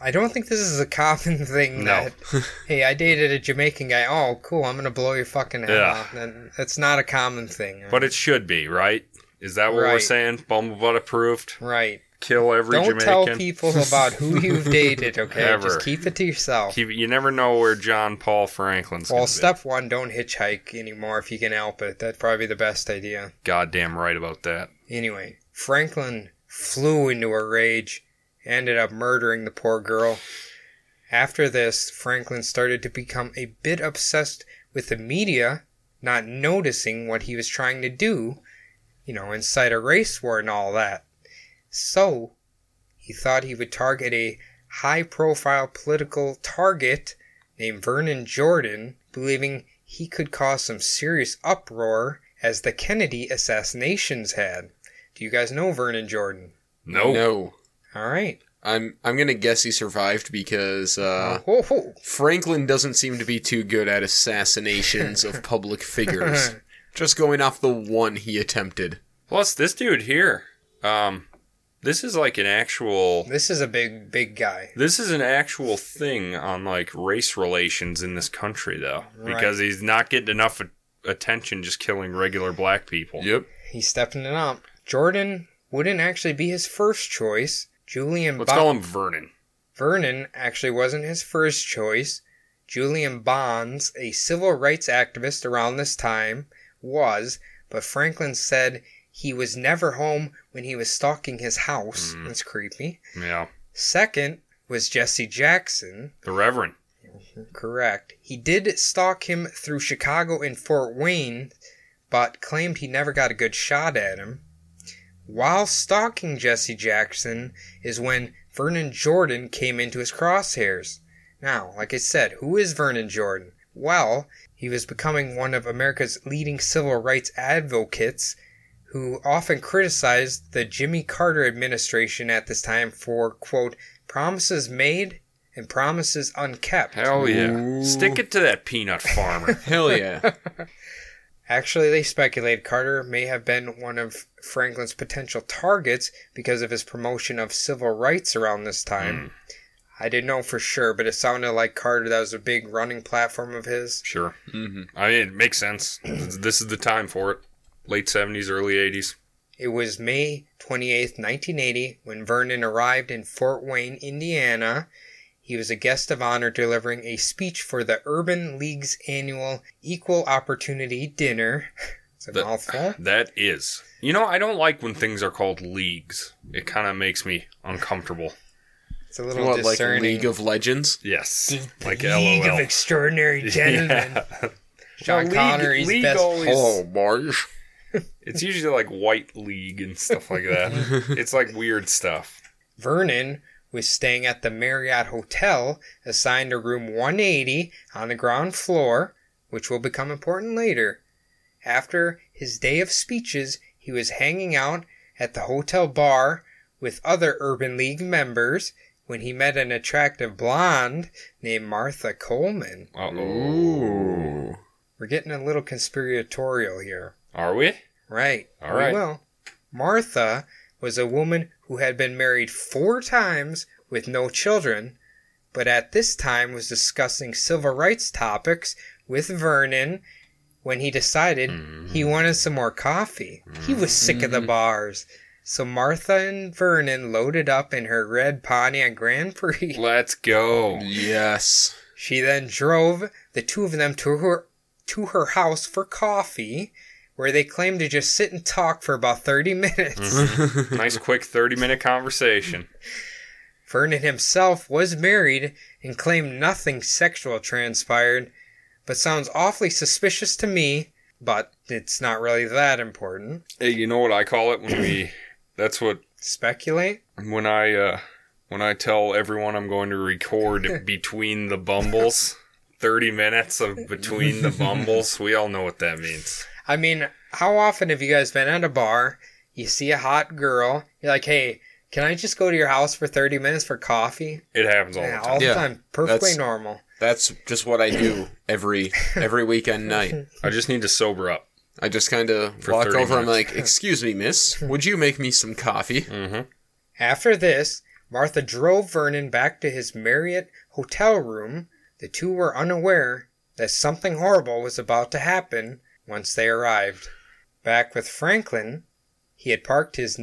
I don't think this is a common thing
No.
that hey, I dated a Jamaican guy. Oh, cool. I'm going to blow your fucking head
Yeah.
off. Then that's not a common thing.
But it should be, right? Is that what we're
Right.
saying? Bumblebutt approved.
right.
Kill every
Don't
Jamaican.
tell people about who you've dated, okay?
Ever.
Just keep it to yourself.
Keep, you never know where John Paul Franklin's
well,
gonna
step one, don't hitchhike anymore if you can help it. That'd probably be the best idea.
be. Goddamn right about that.
Anyway, Franklin flew into a rage, ended up murdering the poor girl. After this, Franklin started to become a bit obsessed with the media, not noticing what he was trying to do, you know, incite a race war and all that. So, he thought he would target a high profile political target named Vernon Jordan, believing he could cause some serious uproar as the Kennedy assassinations had. Do you guys know Vernon Jordan?
No.
No.
All right.
I'm I'm gonna guess he survived because uh,
Ho, ho.
Franklin doesn't seem to be too good at assassinations of public figures. Just going off the one he attempted.
Plus, this dude here, um, this is like an actual.
This is a big, big guy.
This is an actual thing on like race relations in this country, though, because he's not getting enough a- attention just killing regular black people.
Yep.
He's stepping it up. Jordan wouldn't actually be his first choice. Julian
Let's
Bo-
call him Vernon.
Vernon actually wasn't his first choice. Julian Bonds, a civil rights activist around this time, was, but Franklin said he was never home when he was stalking his house.
Hmm.
That's creepy.
Yeah,
Second was Jesse Jackson.
the Reverend.
Correct. He did stalk him through Chicago and Fort Wayne, but claimed he never got a good shot at him. While stalking Jesse Jackson is when Vernon Jordan came into his crosshairs. Now, like I said, who is Vernon Jordan? Well, he was becoming one of America's leading civil rights advocates who often criticized the Jimmy Carter administration at this time for, quote, promises made and promises unkept.
Hell yeah!
Ooh.
Stick it to that peanut farmer.
Hell yeah.
Actually, they speculate Carter may have been one of Franklin's potential targets because of his promotion of civil rights around this time.
Hmm.
I didn't know for sure, but it sounded like Carter, that was a big running platform of his.
sure. Mm-hmm. I mean, it makes sense. This is the time for it. Late seventies, early eighties.
It was May 28, 1980, when Vernon arrived in Fort Wayne, Indiana. He was a guest of honor delivering a speech for the Urban League's annual Equal Opportunity Dinner. It's a
That-
mouthful.
That is. You know, I don't like when things are called leagues. It kind of makes me uncomfortable.
It's a little
What, like
discerning.
League of Legends?
Yes. Like
League of
LOL.
Extraordinary Gentlemen.
Yeah.
Sean
League-
Connery's
League
best
always-
pal.
Oh, Marge.
It's usually like White League and stuff like that. it's like weird stuff.
Vernon was staying at the Marriott Hotel, assigned to room 180 on the ground floor, which will become important later. After his day of speeches, he was hanging out at the hotel bar with other Urban League members when he met an attractive blonde named Martha Coleman.
Uh-oh.
We're getting a little conspiratorial here.
Are we?
Right.
All right.
Well, Martha was a woman who had been married four times with no children, but at this time was discussing civil rights topics with Vernon when he decided
Mm-hmm.
he wanted some more coffee. He was sick of the bars. So Martha and Vernon loaded up in her red Pontiac Grand Prix.
Let's go.
Yes.
She then drove the two of them to her to her house for coffee, where they claimed to just sit and talk for about thirty minutes.
Mm-hmm. Nice quick 30 minute conversation.
Vernon himself was married and claimed nothing sexual transpired, but sounds awfully suspicious to me. But it's not really that important.
Hey, you know what I call it when we that's what
Speculate?
when I uh when I tell everyone I'm going to record between the bumbles. 30 minutes of between the bumbles. We all know what that means.
I mean, how often have you guys been at a bar? You see a hot girl, you're like, hey, can I just go to your house for 30 minutes for coffee?
It happens all
Yeah,
the time.
all the
Yeah,
time. Perfectly
that's-
normal.
That's just what I do every every weekend night.
I just need to sober up.
I just kind of
For
walk
30
over. I'm like, "Excuse me, miss. Would you make me some coffee?"
Mm-hmm.
After this, Martha drove Vernon back to his Marriott hotel room. The two were unaware that something horrible was about to happen once they arrived. Back with Franklin, he had parked his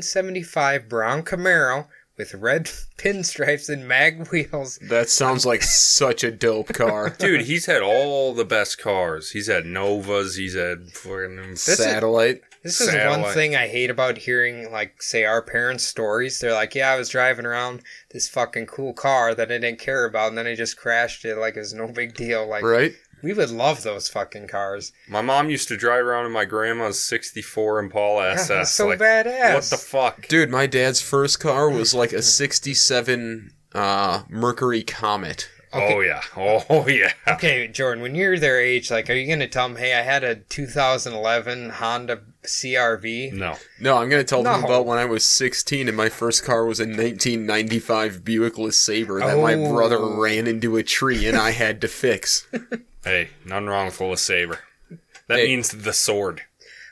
1975 brown Camaro with red pinstripes and mag wheels.
That sounds like such a dope car.
Dude, he's had all the best cars. He's had Novas. He's had fucking.
is-
Satellite.
This is one
Satellite.
thing I hate about hearing, like, say, our parents' stories. They're like, yeah, I was driving around this fucking cool car that I didn't care about, and then I just crashed it like it was no big deal. Like,
Right?
We would love those fucking cars.
My mom used to drive around in my grandma's 64 Impala
Yeah,
SS.
that's so
like,
badass.
What the fuck?
Dude, my dad's first car was like a 67 uh, Mercury Comet.
Oh, yeah. Oh, yeah.
Okay, Jordan, when you're their age, like, are you going to tell them, hey, I had a 2011 Honda CRV?
No.
No, I'm going to tell them
No.
about when I was 16 and my first car was a 1995 Buick LeSabre that my
Oh.
brother ran into a tree and I had to fix.
Hey, nothing wrong with a saber. That
Hey.
means the sword.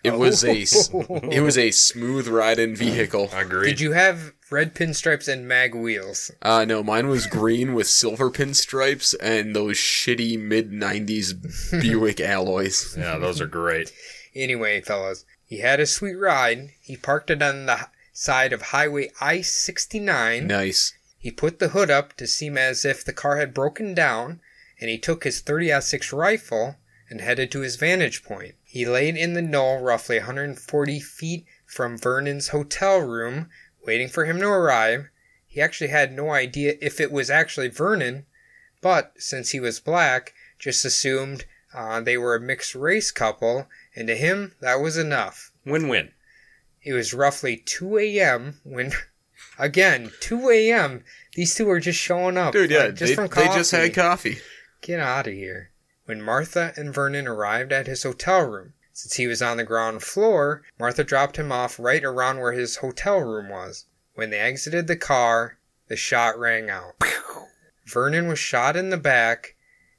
It was a s- it was a smooth riding vehicle.
I agree.
Did you have red pinstripes and mag wheels?
Uh no, mine was green with silver pinstripes and those shitty mid 90s Buick alloys.
yeah, those are great.
Anyway, fellas, he had a sweet ride. He parked it on the h- side of Highway I 69.
Nice.
He put the hood up to seem as if the car had broken down, and he took his 30-06 rifle and headed to his vantage point. He laid in the knoll roughly 140 feet from Vernon's hotel room, waiting for him to arrive. He actually had no idea if it was actually Vernon, but since he was black, just assumed uh, they were a mixed race couple, and to him that was enough.
Win win.
It was roughly 2 a.m. when, again, 2 a.m. These two were just showing up.
Dude, yeah,
like,
they, they just had coffee.
Get out of here. When Martha and Vernon arrived at his hotel room, since he was on the ground floor, Martha dropped him off right around where his hotel room was. When they exited the car, the shot rang out. Vernon was shot in the back,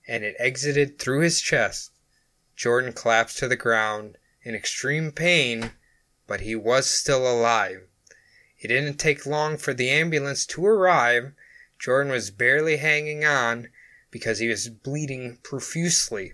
and it exited through his chest. Jordan collapsed to the ground in extreme pain, but he was still alive. It didn't take long for the ambulance to arrive. Jordan was barely hanging on because he was bleeding profusely.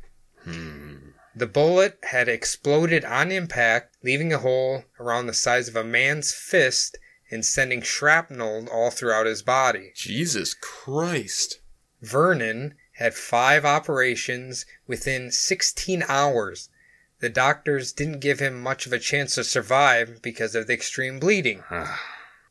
The bullet had exploded on impact, leaving a hole around the size of a man's fist and sending shrapnel all throughout his body.
Jesus Christ.
Vernon had five operations within 16 hours. The doctors didn't give him much of a chance to survive because of the extreme bleeding.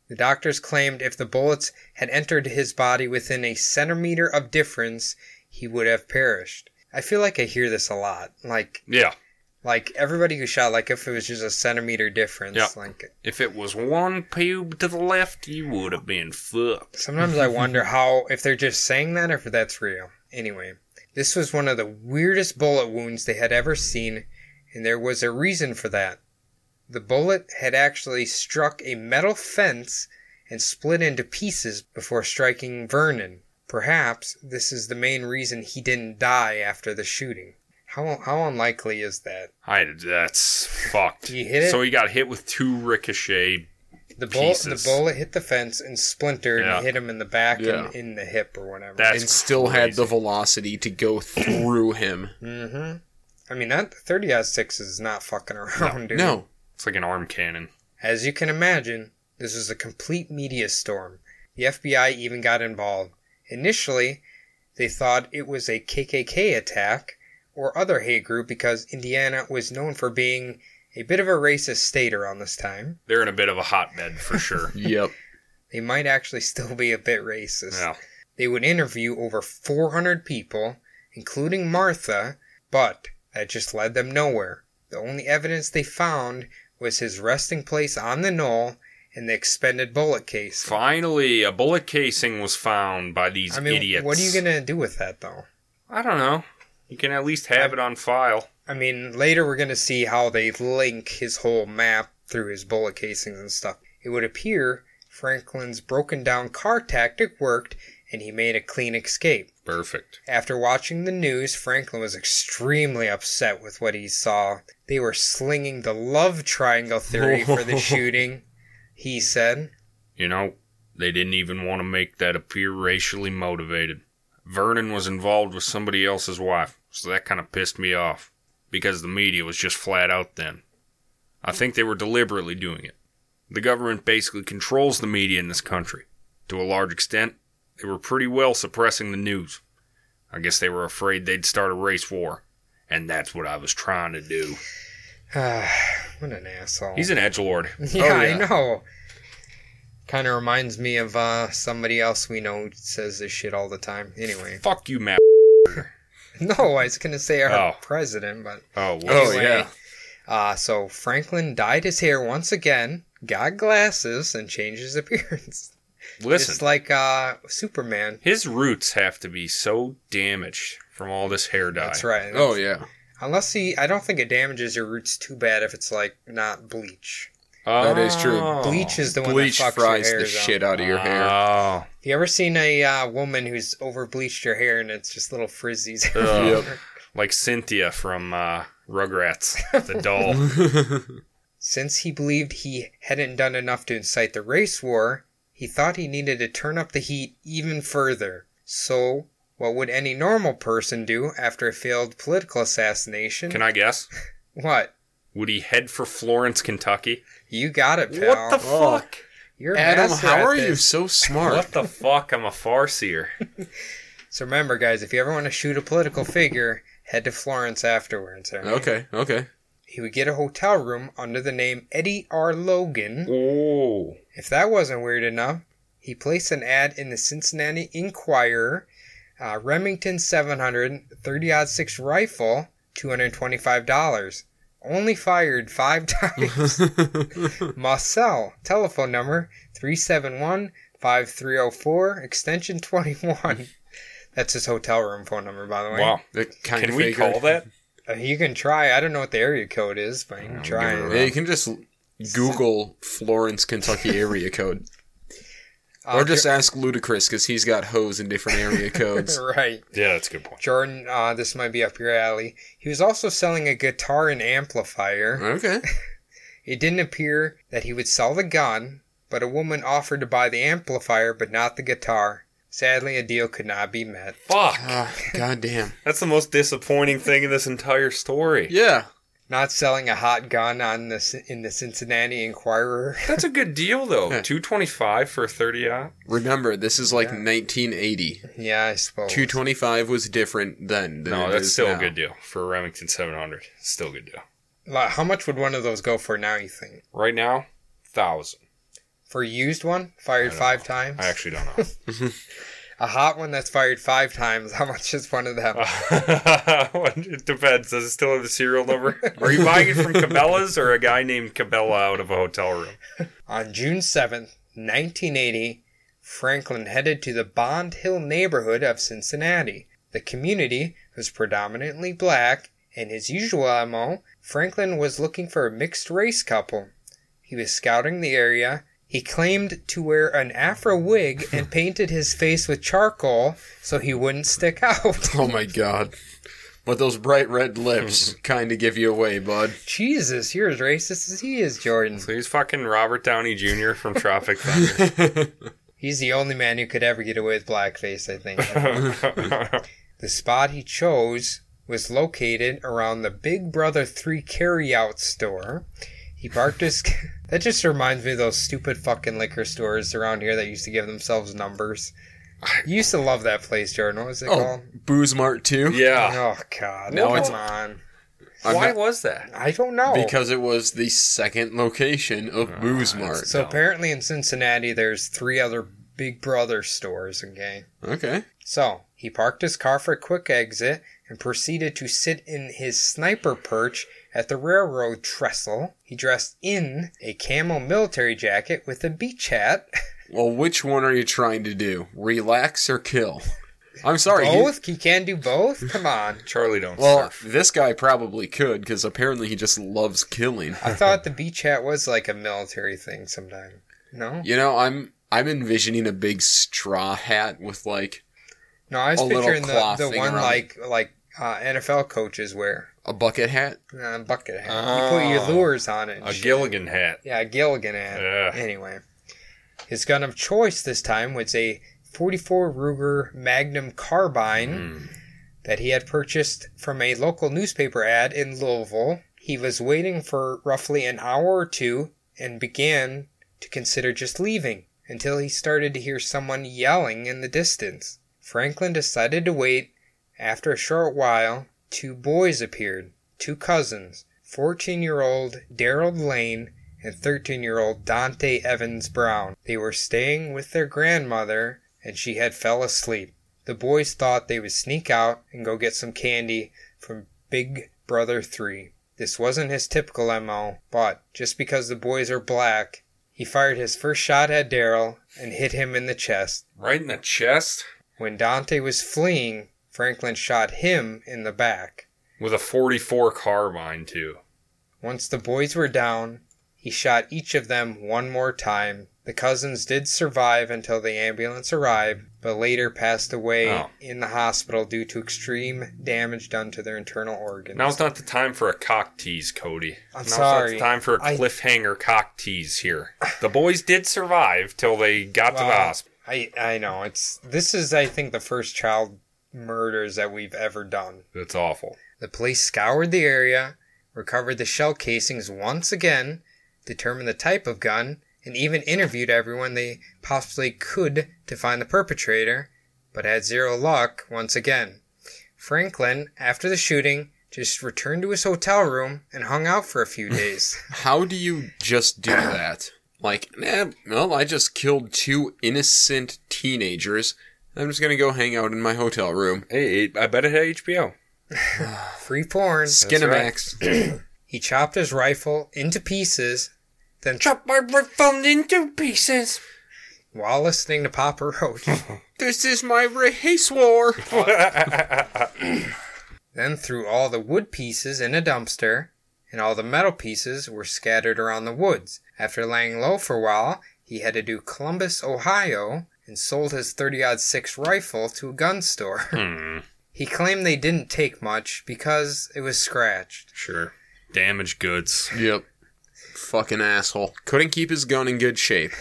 The doctors claimed if the bullets had entered his body within a centimeter of difference, he would have perished. I feel like I hear this a lot. Like
Yeah.
like everybody who shot, like if it was just a centimeter difference,
Yeah.
like
If it was one pube to the left, you would have been fucked.
Sometimes I wonder how if they're just saying that or if that's real. Anyway, this was one of the weirdest bullet wounds they had ever seen, and there was a reason for that. The bullet had actually struck a metal fence and split into pieces before striking Vernon. Perhaps this is the main reason he didn't die after the shooting. How how unlikely is that?
I that's fucked.
You hit it?
So he got hit with two ricochet.
The bullet the
Pieces.
bullet hit the fence and splintered
Yeah.
and hit him in the back
Yeah.
and in the hip or whatever.
That's
and still had
crazy.
the velocity to go through him.
hmm I mean, that 30 odd six is not fucking around, dude.
No,
It's like an arm cannon.
As you can imagine, this was a complete media storm. The FBI even got involved. Initially, they thought it was a KKK attack or other hate group because Indiana was known for being a bit of a racist state around this time.
They're in a bit of a hotbed for sure.
yep,
They might actually still be a bit racist.
yeah.
They would interview over 400 people, including Martha, but that just led them nowhere. The only evidence they found was his resting place on the knoll and the expended bullet case.
Finally, a bullet casing was found by these
I mean,
idiots.
what are you going to do with that, though?
I don't know. You can at least have it on file.
I mean, later we're going to see how they link his whole map through his bullet casings and stuff. It would appear Franklin's broken down car tactic worked and he made a clean escape.
Perfect.
After watching the news, Franklin was extremely upset with what he saw. They were slinging the love triangle theory for the shooting, he said.
You know, they didn't even want to make that appear racially motivated. Vernon was involved with somebody else's wife, so that kind of pissed me off because the media was just flat out then. I think they were deliberately doing it. The government basically controls the media in this country. To a large extent, they were pretty well suppressing the news. I guess they were afraid they'd start a race war, and that's what I was trying to do.
Ah, what an asshole.
He's oh, an edgelord.
yeah,
yeah.
I know. Kind of reminds me of uh, somebody else we know who says this shit all the time. Anyway,
Fuck you, Matt.
no, I was going to say our
Oh.
president, but
Oh, well.
Oh, yeah.
Uh, so Franklin dyed his hair once again, got glasses, and changed his appearance.
Listen.
Just like uh, Superman.
His roots have to be so damaged from all this hair dye.
That's right.
oh yeah.
Unless he, I don't think it damages your roots too bad if it's like not bleach.
Oh.
That is true.
Bleach is the one
Bleach
that fucks
fries
your
the
hairs out.
shit out of your hair.
Oh.
Have you ever seen a uh, woman who's over bleached her hair and it's just little frizzies?
Ugh. Like Cynthia from uh, Rugrats, the doll.
Since he believed he hadn't done enough to incite the race war, he thought he needed to turn up the heat even further. So, what would any normal person do after a failed political assassination?
Can I guess?
What?
Would he head for Florence, Kentucky?
You got it, pal. Oh,
What the fuck?
You're a
Adam,
master
how
at
are you
this.
so Oh. smart?
What the fuck? I'm a farseer.
So remember, guys, if you ever want to shoot a political figure, head to Florence afterwards. all right?
Okay, okay.
He would get a hotel room under the name Eddie R. Logan.
Oh.
If that wasn't weird enough, he placed an ad in the Cincinnati Inquirer, uh, Remington 700 30-06 rifle, $225. Only fired five times. Must sell. Telephone number 371 5304, extension 21. That's his hotel room phone number, by the way.
Wow.
That kind
Can
of
we call that?
Uh, You can try. I don't know what the area code is, but you can try.
give it a
Yeah, you can just Google Florence, Kentucky area code,
Uh,
or just ask Ludacris because he's got hoes in different area codes.
Jo- right,
Yeah, that's a good point.
Jordan. Uh, this might be up your alley. He was also selling a guitar and amplifier.
Okay.
It didn't appear that he would sell the gun, but a woman offered to buy the amplifier, but not the guitar. Sadly, a deal could not be met.
Fuck.
Ah, God damn.
That's the most disappointing thing in this entire story.
Yeah.
Not selling a hot gun on the C- in the Cincinnati Inquirer.
That's a good deal though.
Yeah.
Two twenty five for a thirty out.
Remember, this is like 1980.
yeah, I suppose.
225 was different then. than
No,
it
that's
is
still a
now.
good deal for a Remington seven hundred. Still a good deal.
Like, How much would one of those go for now? You think?
Right now, thousand.
For a used one, fired
don't
five times.
I actually don't know.
a hot one that's fired five times. How much is one of them?
Uh, it depends. Does it still have the serial number? Are you buying it from Cabela's or a guy named Cabela out of a hotel room?
On June 7th, 1980, Franklin headed to the Bond Hill neighborhood of Cincinnati. The community was predominantly black, and his usual MO, Franklin was looking for a mixed race couple. He was scouting the area. He claimed to wear an afro wig and painted his face with charcoal so he wouldn't stick out.
Oh my god. But those bright red lips kind of give you away, bud.
Jesus, you're as racist as he is, Jordan.
So he's fucking Robert Downey Jr. from Tropic Thunder.
He's the only man who could ever get away with blackface, I think. The spot he chose was located around the Big Brother 3 carryout store. He parked his. that just reminds me of those stupid fucking liquor stores around here that used to give themselves numbers. You used to love that place, Jordan. What was it
Oh,
called?
Booze Mart too?
yeah.
Oh, God.
No,
come
it's-
on.
I'm
Why
not-
was that?
I don't know.
Because it was the second location of
Ah,
Booze Mart.
so apparently in Cincinnati, there's three other Big Brother stores, okay?
Okay.
So he parked his car for a quick exit and proceeded to sit in his sniper perch at the railroad trestle. He dressed in a camo military jacket with a beach hat.
Well, which one are you trying to do? Relax or kill? I'm sorry. he-
both? He can do both? Come on.
Charlie don't
well,
surf.
this guy probably could because apparently he just loves killing.
I thought the beach hat was like a military thing sometime. No?
You know, I'm I'm envisioning a big straw hat with like
No, I was
A little
picturing the,
cloth
the
thing
one
around.
like like uh, NFL coaches wear.
a bucket hat.
Uh, bucket hat. You
Ah.
put your
Oh.
lures on it. and
A
shit.
Gilligan hat.
Yeah, Gilligan had.
Yeah.
Anyway, his gun of choice this time was a 44 Ruger Magnum carbine
Mm.
Hmm.
that he had purchased from a local newspaper ad in Louisville. He was waiting for roughly an hour or two and began to consider just leaving until he started to hear someone yelling in the distance. Franklin decided to wait. After a short while, two boys appeared, two cousins, 14 year old Daryl Lane and 13 year old Dante Evans Brown. They were staying with their grandmother and she had fell asleep. The boys thought they would sneak out and go get some candy from Big Brother 3. This wasn't his typical MO, but just because the boys are black, he fired his first shot at Daryl and hit him in the chest.
Right in the chest
When Dante was fleeing, Franklin shot him in the back.
with a 44 carbine, too.
Once the boys were down, he shot each of them one more time. The cousins did survive until the ambulance arrived, but later passed away
Oh.
in the hospital due to extreme damage done to their internal organs.
Now's not the time for a cock tease, Cody.
I'm
Now's
sorry.
not the time for a
I-
cliffhanger cock tease here. The boys did survive till they got to the
Wow.
hospital.
I I know it's this is I think the first child murders that we've ever done.
That's awful.
The police scoured the area, recovered the shell casings once again, determined the type of gun, and even interviewed everyone they possibly could to find the perpetrator, but had zero luck once again. Franklin, after the shooting, just returned to his hotel room and hung out for a few days.
How do you just do that? Like, nah, well, I just killed two innocent teenagers. I'm just gonna go hang out in my hotel room.
Hey, it- I bet it had HBO.
Free porn.
Skinamax.
He chopped his rifle into pieces, then
Chop my phone into pieces.
while listening to Papa Roach.
this is my race war.
Then threw all the wood pieces in a dumpster, and all the metal pieces were scattered around the woods. After laying low for a while, he headed to Columbus, Ohio, and sold his 30-06 rifle to a gun store. He claimed they didn't take much because it was scratched.
Sure. Damaged goods.
Yep. Fucking asshole. Couldn't keep his gun in good shape.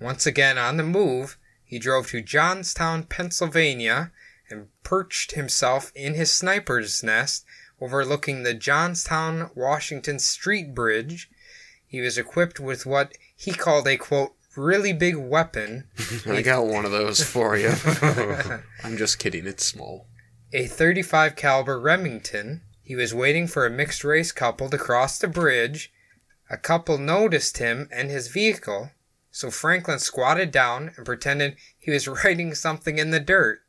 Once again on the move, he drove to Johnstown, Pennsylvania, and perched himself in his sniper's nest overlooking the Johnstown, Washington Street Bridge. He was equipped with what he called a quote, really big weapon,
I got one of those for you. I'm just kidding. It's small.
a 35 caliber Remington. He was waiting for a mixed race couple to cross the bridge. A couple noticed him and his vehicle, So Franklin squatted down and pretended he was writing something in the dirt.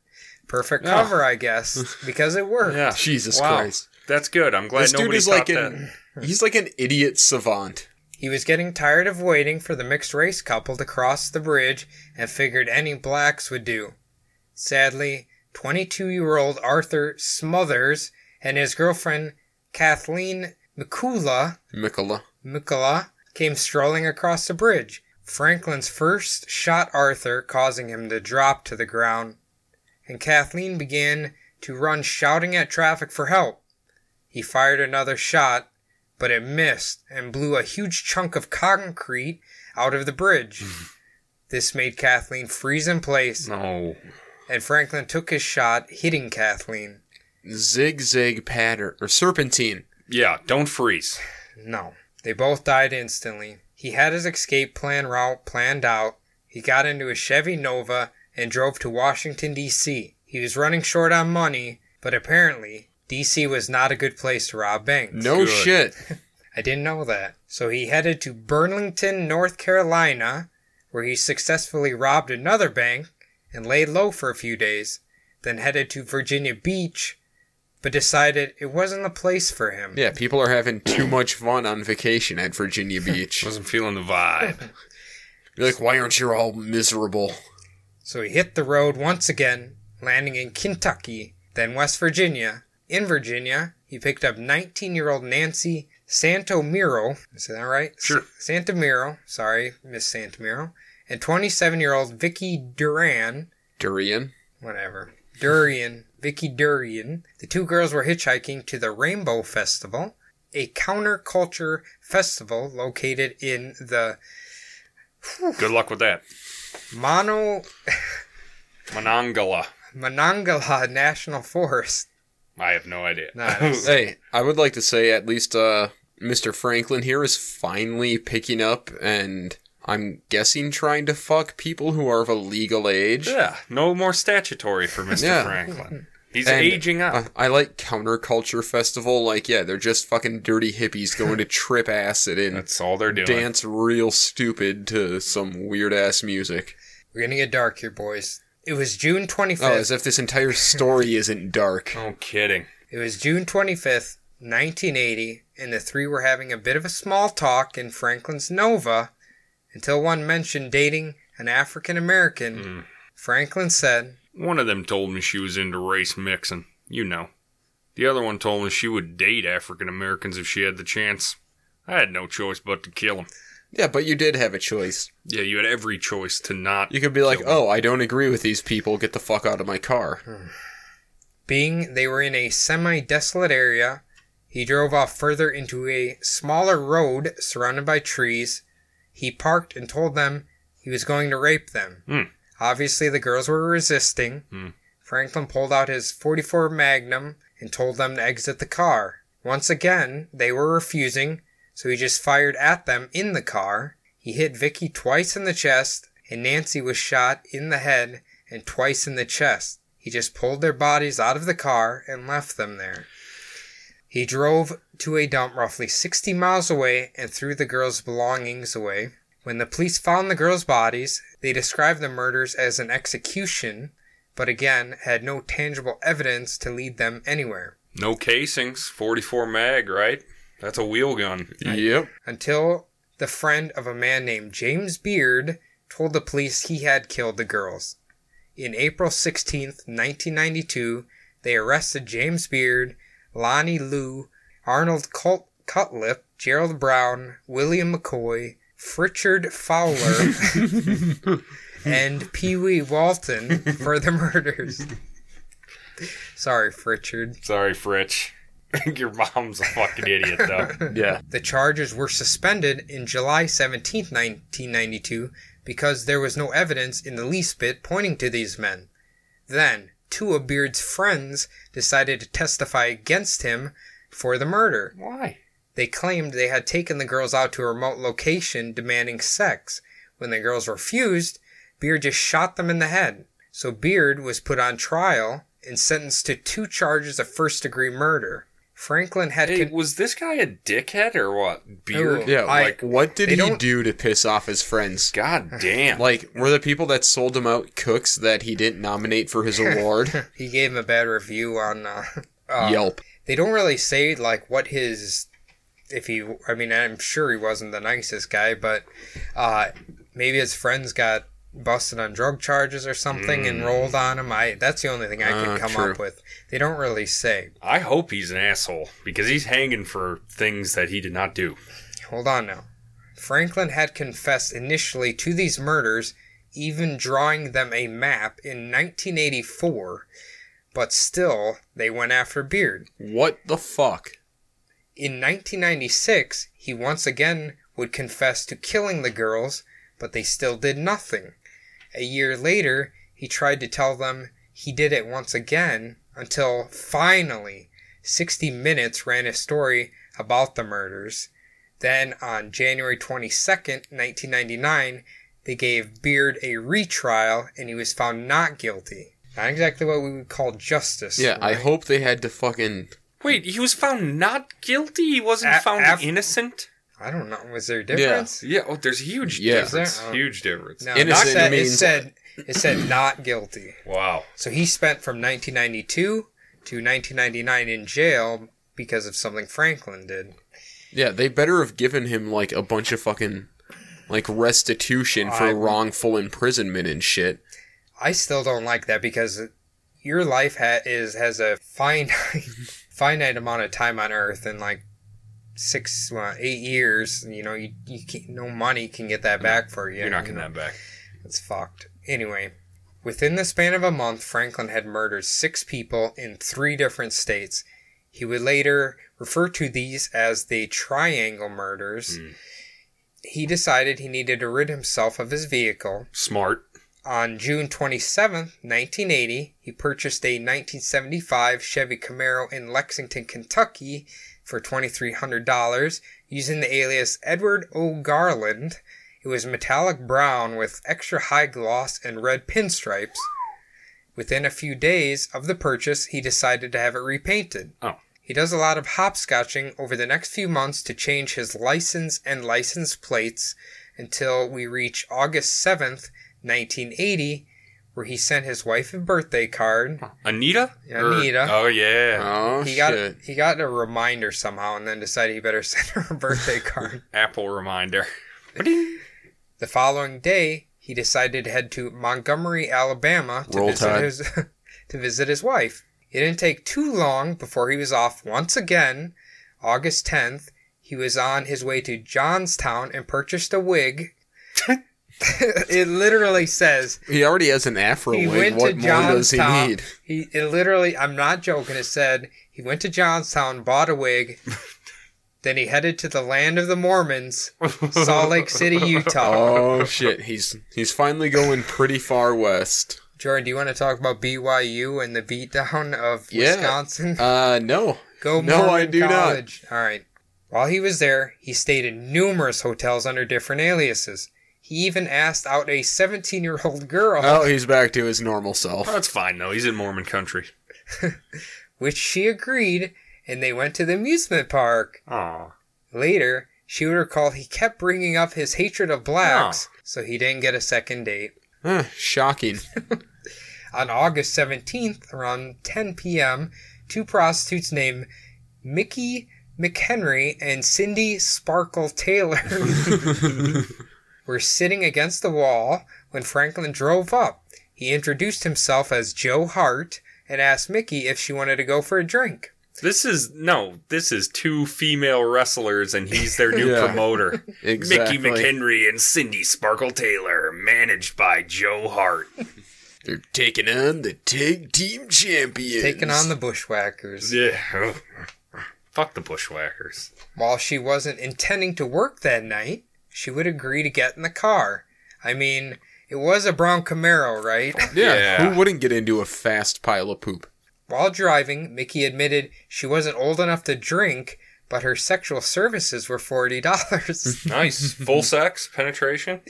Perfect
Yeah.
cover, I guess, because it worked.
Yeah.
Jesus
wow.
Christ.
That's good. I'm glad
This dude
nobody
is like
caught that.
an he's like an idiot savant.
He was getting tired of waiting for the mixed race couple to cross the bridge and figured any blacks would do. Sadly, 22 year old Arthur Smothers and his girlfriend Kathleen McCula,
Mikola.
McCula came strolling across the bridge. Franklin's first shot Arthur, causing him to drop to the ground, and Kathleen began to run shouting at traffic for help. He fired another shot, but it missed and blew a huge chunk of concrete out of the bridge. this made Kathleen freeze in place,
No.
and Franklin took his shot, hitting Kathleen.
Zigzag pattern or serpentine.
Yeah, don't freeze.
No. They both died instantly. He had his escape plan route planned out. He got into a Chevy Nova and drove to Washington, D.C. He was running short on money, but apparently, D.C. was not a good place to rob banks.
No
Good.
shit.
I didn't know that. So he headed to Burlington, North Carolina, where he successfully robbed another bank and laid low for a few days, then headed to Virginia Beach, but decided it wasn't the place for him.
Yeah, people are having too much fun on vacation at Virginia Beach.
Wasn't feeling the vibe.
You're like, why aren't you all miserable?
So he hit the road once again, landing in Kentucky, then West Virginia. In Virginia, he picked up 19 year old Nancy Santomiro. Is that right?
Sure.
S- Santomiro. Sorry, Miss Santomiro. And 27 year old Vicky Duran.
Durian.
Whatever. Durian. Vicky Durian. The two girls were hitchhiking to the Rainbow Festival, a counterculture festival located in the
Good luck with that.
Mono
Monongala.
Monongahela National Forest.
I have no idea.
Nice.
Hey, I would like to say at least uh, Mr. Franklin here is finally picking up and I'm guessing trying to fuck people who are of a legal age.
yeah, no more statutory for Mr.
Yeah.
Franklin. He's
And,
aging up.
uh, I like counterculture festival. Like, yeah, they're just fucking dirty hippies going to trip acid and
That's all they're doing.
dance real stupid to some weird ass music.
We're gonna get dark here, boys. It was June 25th.
Oh, as if this entire story isn't dark.
No kidding.
It was June 25th, 1980, and the three were having a bit of a small talk in Franklin's Nova until one mentioned dating an African American. Franklin said,
One of them told me she was into race mixing. You know. The other one told me she would date African Americans if she had the chance. I had no choice but to kill him.
Yeah, but you did have a choice.
Yeah, you had every choice to not.
You could be like,
kill him.
oh, I don't agree with these people. Get the fuck out of my car.
being they were in a semi desolate area, he drove off further into a smaller road surrounded by trees. He parked and told them he was going to rape them.
Hmm.
Obviously, the girls were resisting.
Hmm.
Franklin pulled out his 44 Magnum and told them to exit the car. Once again, they were refusing, so he just fired at them in the car. He hit Vicky twice in the chest, and Nancy was shot in the head and twice in the chest. He just pulled their bodies out of the car and left them there. He drove to a dump roughly 60 miles away and threw the girls' belongings away. When the police found the girls' bodies, they described the murders as an execution, but again had no tangible evidence to lead them anywhere.
No casings. 44 mag, right? That's a wheel gun.
Yep.
Until the friend of a man named James Beard told the police he had killed the girls. In April 16th, 1992, they arrested James Beard, Lonnie Lou, Arnold Cult- Cutlip, Gerald Brown, William McCoy, Richard Fowler, and Pee Wee Walton for the murders. Sorry, Richard.
Sorry, Fritch. Your mom's a fucking idiot, though.
Yeah.
The charges were suspended in July 17, 1992, because there was no evidence in the least bit pointing to these men. Then, two of Beard's friends decided to testify against him for the murder.
Why?
They claimed they had taken the girls out to a remote location demanding sex. When the girls refused, Beard just shot them in the head. So Beard was put on trial and sentenced to two charges of first degree murder. Franklin had.
Hey,
con-
was this guy a dickhead or what? Beard?
Oh.
Yeah,
I-
like what did
they
he
don't-
do to piss off his friends?
God damn.
Like, were the people that sold him out cooks that he didn't nominate for his award?
he gave him a bad review on uh, uh,
Yelp.
They don't really say like what his if he. I mean, I'm sure he wasn't the nicest guy, but uh, maybe his friends got busted on drug charges or something and rolled on him. I that's the only thing I
Uh,
could come
Hmm. true.
up with. They don't really say.
I hope he's an asshole because he's hanging for things that he did not do.
Hold on now. Franklin had confessed initially to these murders, even drawing them a map in 1984, but still they went after Beard.
What the fuck?
In 1996, he once again would confess to killing the girls, but they still did nothing. A year later, he tried to tell them he did it once again until finally 60 Minutes ran a story about the murders. Then on January 22nd, 1999, they gave Beard a retrial and he was found not guilty. Not exactly what we would call justice.
Yeah, I
right?
hope they had to fucking.
Wait, he was found not guilty. He wasn't
A-
found
af-
innocent.
I don't know. Was there a difference?
Yeah. Oh, there's a huge
Yeah.
difference.
Is there? Oh.
Huge difference.
No,
Innocent
not said, it
means-
said it said not guilty.
Wow.
So he spent from 1992 to 1999 in jail because of something Franklin did.
Yeah, they better have given him like a bunch of fucking like restitution for
I'm-
wrongful imprisonment and shit.
I still don't like that because your life ha- is has a finite finite amount of time on Earth and like six well, eight years. You know, you, you can't, no money can get that back for you.
You're not
you
getting
know?
that back.
It's fucked. Anyway, within the span of a month, Franklin had murdered six people in three different states. He would later refer to these as the Triangle Murders. He decided he needed to rid himself of his vehicle.
Smart.
On June 27th, 1980, he purchased a 1975 Chevy Camaro in Lexington, Kentucky for $2,300 using the alias Edward O. Garland. It was metallic brown with extra high gloss and red pinstripes. Within a few days of the purchase, he decided to have it repainted.
Oh.
He does a lot of hopscotching over the next few months to change his license and license plates until we reach August 7th, 1980, where he sent his wife a birthday card.
Anita?
Yeah, Anita.
Oh, yeah.
Oh
he got
shit!
he got a reminder somehow and then decided he better send her a birthday card.
Apple reminder.
The following day, he decided to head to Montgomery, Alabama to
Roll
visit
Tide.
his to visit his wife. It didn't take too long before he was off once again. August 10th, he was on his way to Johnstown and purchased a wig. it literally says
He already has an afro
he
wig.
went
What
to
more does he
Johnstown.
need?
He it literally, I'm not joking. It said he went to Johnstown, bought a wig, then he headed to the land of the Mormons, Salt Lake City, Utah.
Oh shit! He's he's finally going pretty far west.
Jordan, do you want to talk about BYU and the beatdown of
Yeah.
Wisconsin?
Uh, no.
Go
no,
Mormon
I do not.
College. All right. While he was there, he stayed in numerous hotels under different aliases. He even asked out a 17-year-old girl.
Oh, he's back to his normal
Oh,
self.
that's fine, though. He's in Mormon country.
which she agreed, and they went to the amusement park.
Aw.
Later, she would recall he kept bringing up his hatred of blacks, so he didn't get a second date.
Huh, shocking.
On August 17th, around 10 p.m., two prostitutes named Mickey McHenry and Cindy Sparkle Taylor were sitting against the wall when Franklin drove up. He introduced himself as Joe Hart and asked Mickey if she wanted to go for a drink.
This is, no, this is two female wrestlers, and he's their new
Yeah.
promoter.
Exactly.
Mickey McHenry and Cindy Sparkle Taylor, managed by Joe Hart.
They're taking on the tag team champions.
Taking on the bushwhackers.
Yeah. Fuck the bushwhackers.
While she wasn't intending to work that night, she would agree to get in the car. I mean, it was a brown Camaro, right?
yeah.
Yeah.
Who wouldn't get into a fast pile of poop?
While driving, Mickey admitted she wasn't old enough to drink, but her sexual services were forty dollars.
Nice. Full sex penetration.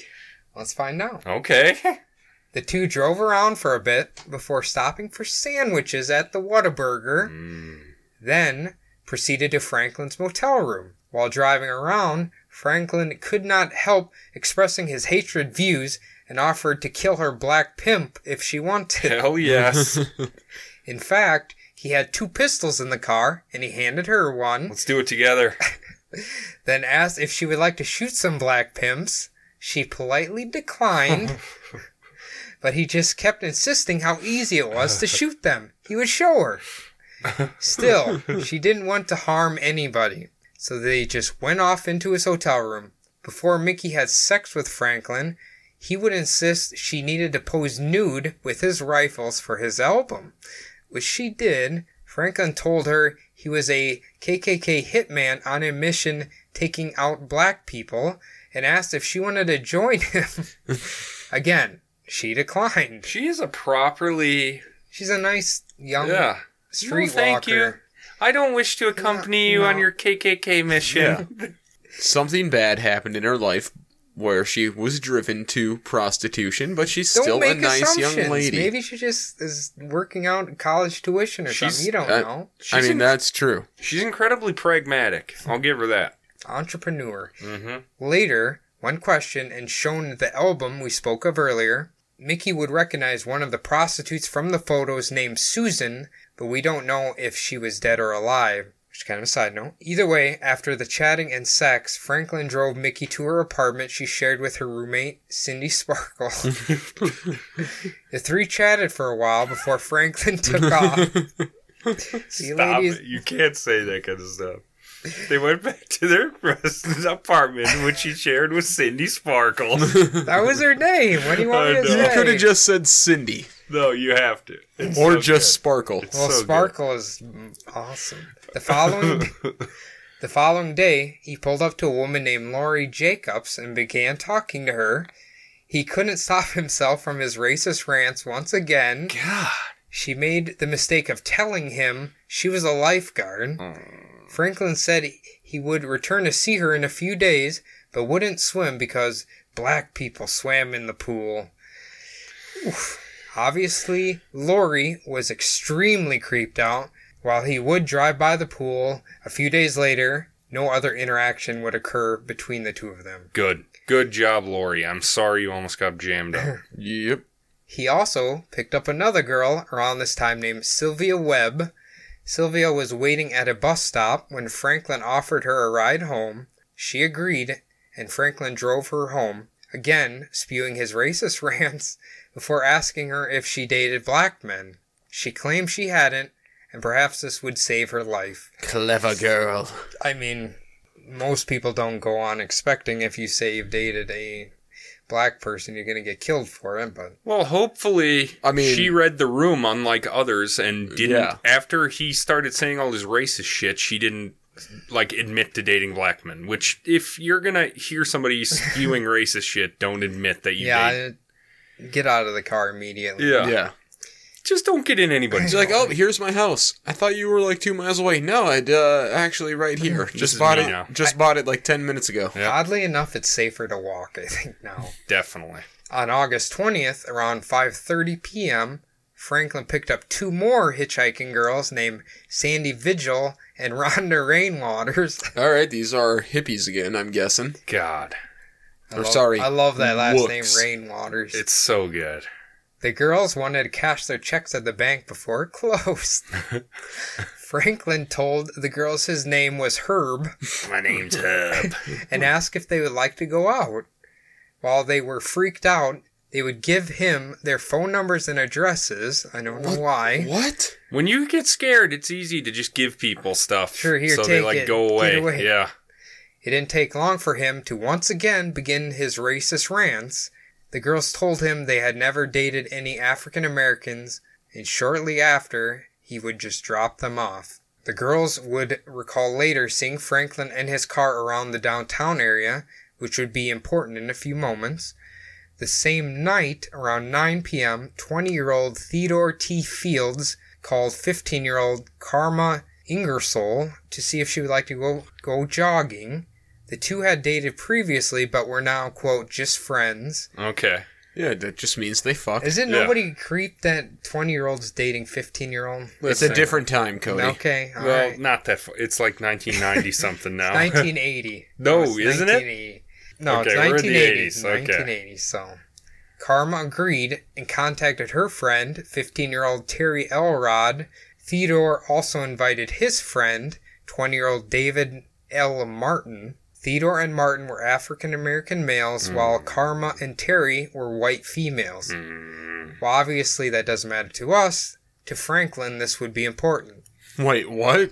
Let's find out.
Okay.
The two drove around for a bit before stopping for sandwiches at the Whataburger. Then proceeded to Franklin's motel room. While driving around, Franklin could not help expressing his hatred views and offered to kill her black pimp if she wanted.
Hell yes.
In fact, he had two pistols in the car and he handed her one,
Let's do it together.
then asked if she would like to shoot some black pimps. She politely declined, but he just kept insisting how easy it was to shoot them. He would show her. Still, she didn't want to harm anybody, so they just went off into his hotel room. Before Mickey had sex with Franklin, he would insist she needed to pose nude with his rifles for his album, which she did. Franklin told her he was a KKK hitman on a mission taking out black people and asked if she wanted to join him. Again, she declined.
She is a properly.
She's a nice young
Yeah.
streetwalker.
No, thank you. I don't wish to accompany you
No,
on your KKK mission.
Something bad happened in her life where she was driven to prostitution, but she's
Don't
still a
make
nice young
assumptions.
lady.
Maybe she just is working out college tuition or
She's-
something. You don't
I-
know.
I
She's
mean,
in-
that's true.
She's incredibly pragmatic. I'll give her that.
Entrepreneur.
Mm-hmm.
Later, when questioned and shown the album we spoke of earlier, Mickey would recognize one of the prostitutes from the photos named Susan, but we don't know if she was dead or alive. Which is kind of a side note. Either way, after the chatting and sex, Franklin drove Mickey to her apartment she shared with her roommate, Cindy Sparkle. the three chatted for a while before Franklin took off. See,
Stop it. You can't say that kind of stuff. They went back to their resident apartment, which she shared with Cindy Sparkle.
that was her name. What do you want
I
me to
know.
say?
You
You could have just said Cindy
no, you have to. It's
or
so
just Sparkle.
good.
Well,
So good.
Sparkle is mm, awesome. The following, the following day, he pulled up to a woman named Laurie Jacobs and began talking to her. He couldn't stop himself from his racist rants once again.
God.
She made the mistake of telling him she was a lifeguard.
Hmm.
Franklin said he would return to see her in a few days, but wouldn't swim because black people swam in the pool. Oof. Obviously, Lori was extremely creeped out. While he would drive by the pool, a few days later, no other interaction would occur between the two of them.
Good. Good job, Lori. I'm sorry you almost got jammed up.
Yep.
He also picked up another girl around this time named Sylvia Webb. Sylvia was waiting at a bus stop when Franklin offered her a ride home. She agreed, and Franklin drove her home, again spewing his racist rants before asking her if she dated black men. She claimed she hadn't, and perhaps this would save her life.
Clever girl.
I mean, most people don't go on expecting if you say you've dated a black person, you're going to get killed for it, but
Well, hopefully,
I mean-
she read the room unlike others and didn't.
Yeah.
After he started saying all his racist shit, she didn't like admit to dating black men. Which, if you're gonna hear somebody spewing racist shit, don't admit that you.
yeah,
date.
I- get out of the car immediately.
yeah,
Yeah.
Just don't get in anybody's.
She's like, oh, here's my house. I thought you were like two miles away. No, I'd uh, actually right here. Just
is
bought
me
it.
now.
Just bought it like ten minutes ago.
Yeah.
Oddly enough, it's safer to walk, I think now.
definitely.
On August 20th, around 5:30 p.m., Franklin picked up two more hitchhiking girls named Sandy Vigil and Rhonda Rainwaters.
All right, these are hippies again. I'm guessing.
God,
I
Or
love-
sorry,
I love that last
Wooks.
name, Rainwaters.
it's so good.
The girls wanted to cash their checks at the bank before it closed. Franklin told the girls his name was Herb
My name's Hub.
and asked if they would like to go out. While they were freaked out, they would give him their phone numbers and addresses. I don't know why.
What?
when you get scared, it's easy to just give people stuff.
Sure, here,
so they
take
like
it.
go
Get
away.
away.
Yeah,
It didn't take long for him to once again begin his racist rants. The girls told him they had never dated any African Americans, and shortly after, he would just drop them off. The girls would recall later seeing Franklin and his car around the downtown area, which would be important in a few moments. The same night, around 9 p.m., 20 year old Theodore T. Fields called 15 year old Karma Ingersoll to see if she would like to go, go jogging. The two had dated previously but were now, quote, just friends.
okay.
Yeah, that just means they fuck.
Isn't
Yeah.
nobody creep that 20 year old's dating 15 year old?
It's a different time, Cody.
Okay, all
well,
right.
not that. Far. It's like 1990 something now.
1980.
No,
It's
isn't
1980.
it?
No,
Okay,
it's
we're in the
1980.
80s,
1980. So, Karma agreed and contacted her friend, 15-year-old Terry Elrod. Theodore also invited his friend, 20-year-old David L. Martin. Theodore and Martin were African American males,
Hmm.
while Karma and Terry were white females.
Hmm.
Well, obviously that doesn't matter to us. To Franklin, this would be important.
Wait, what?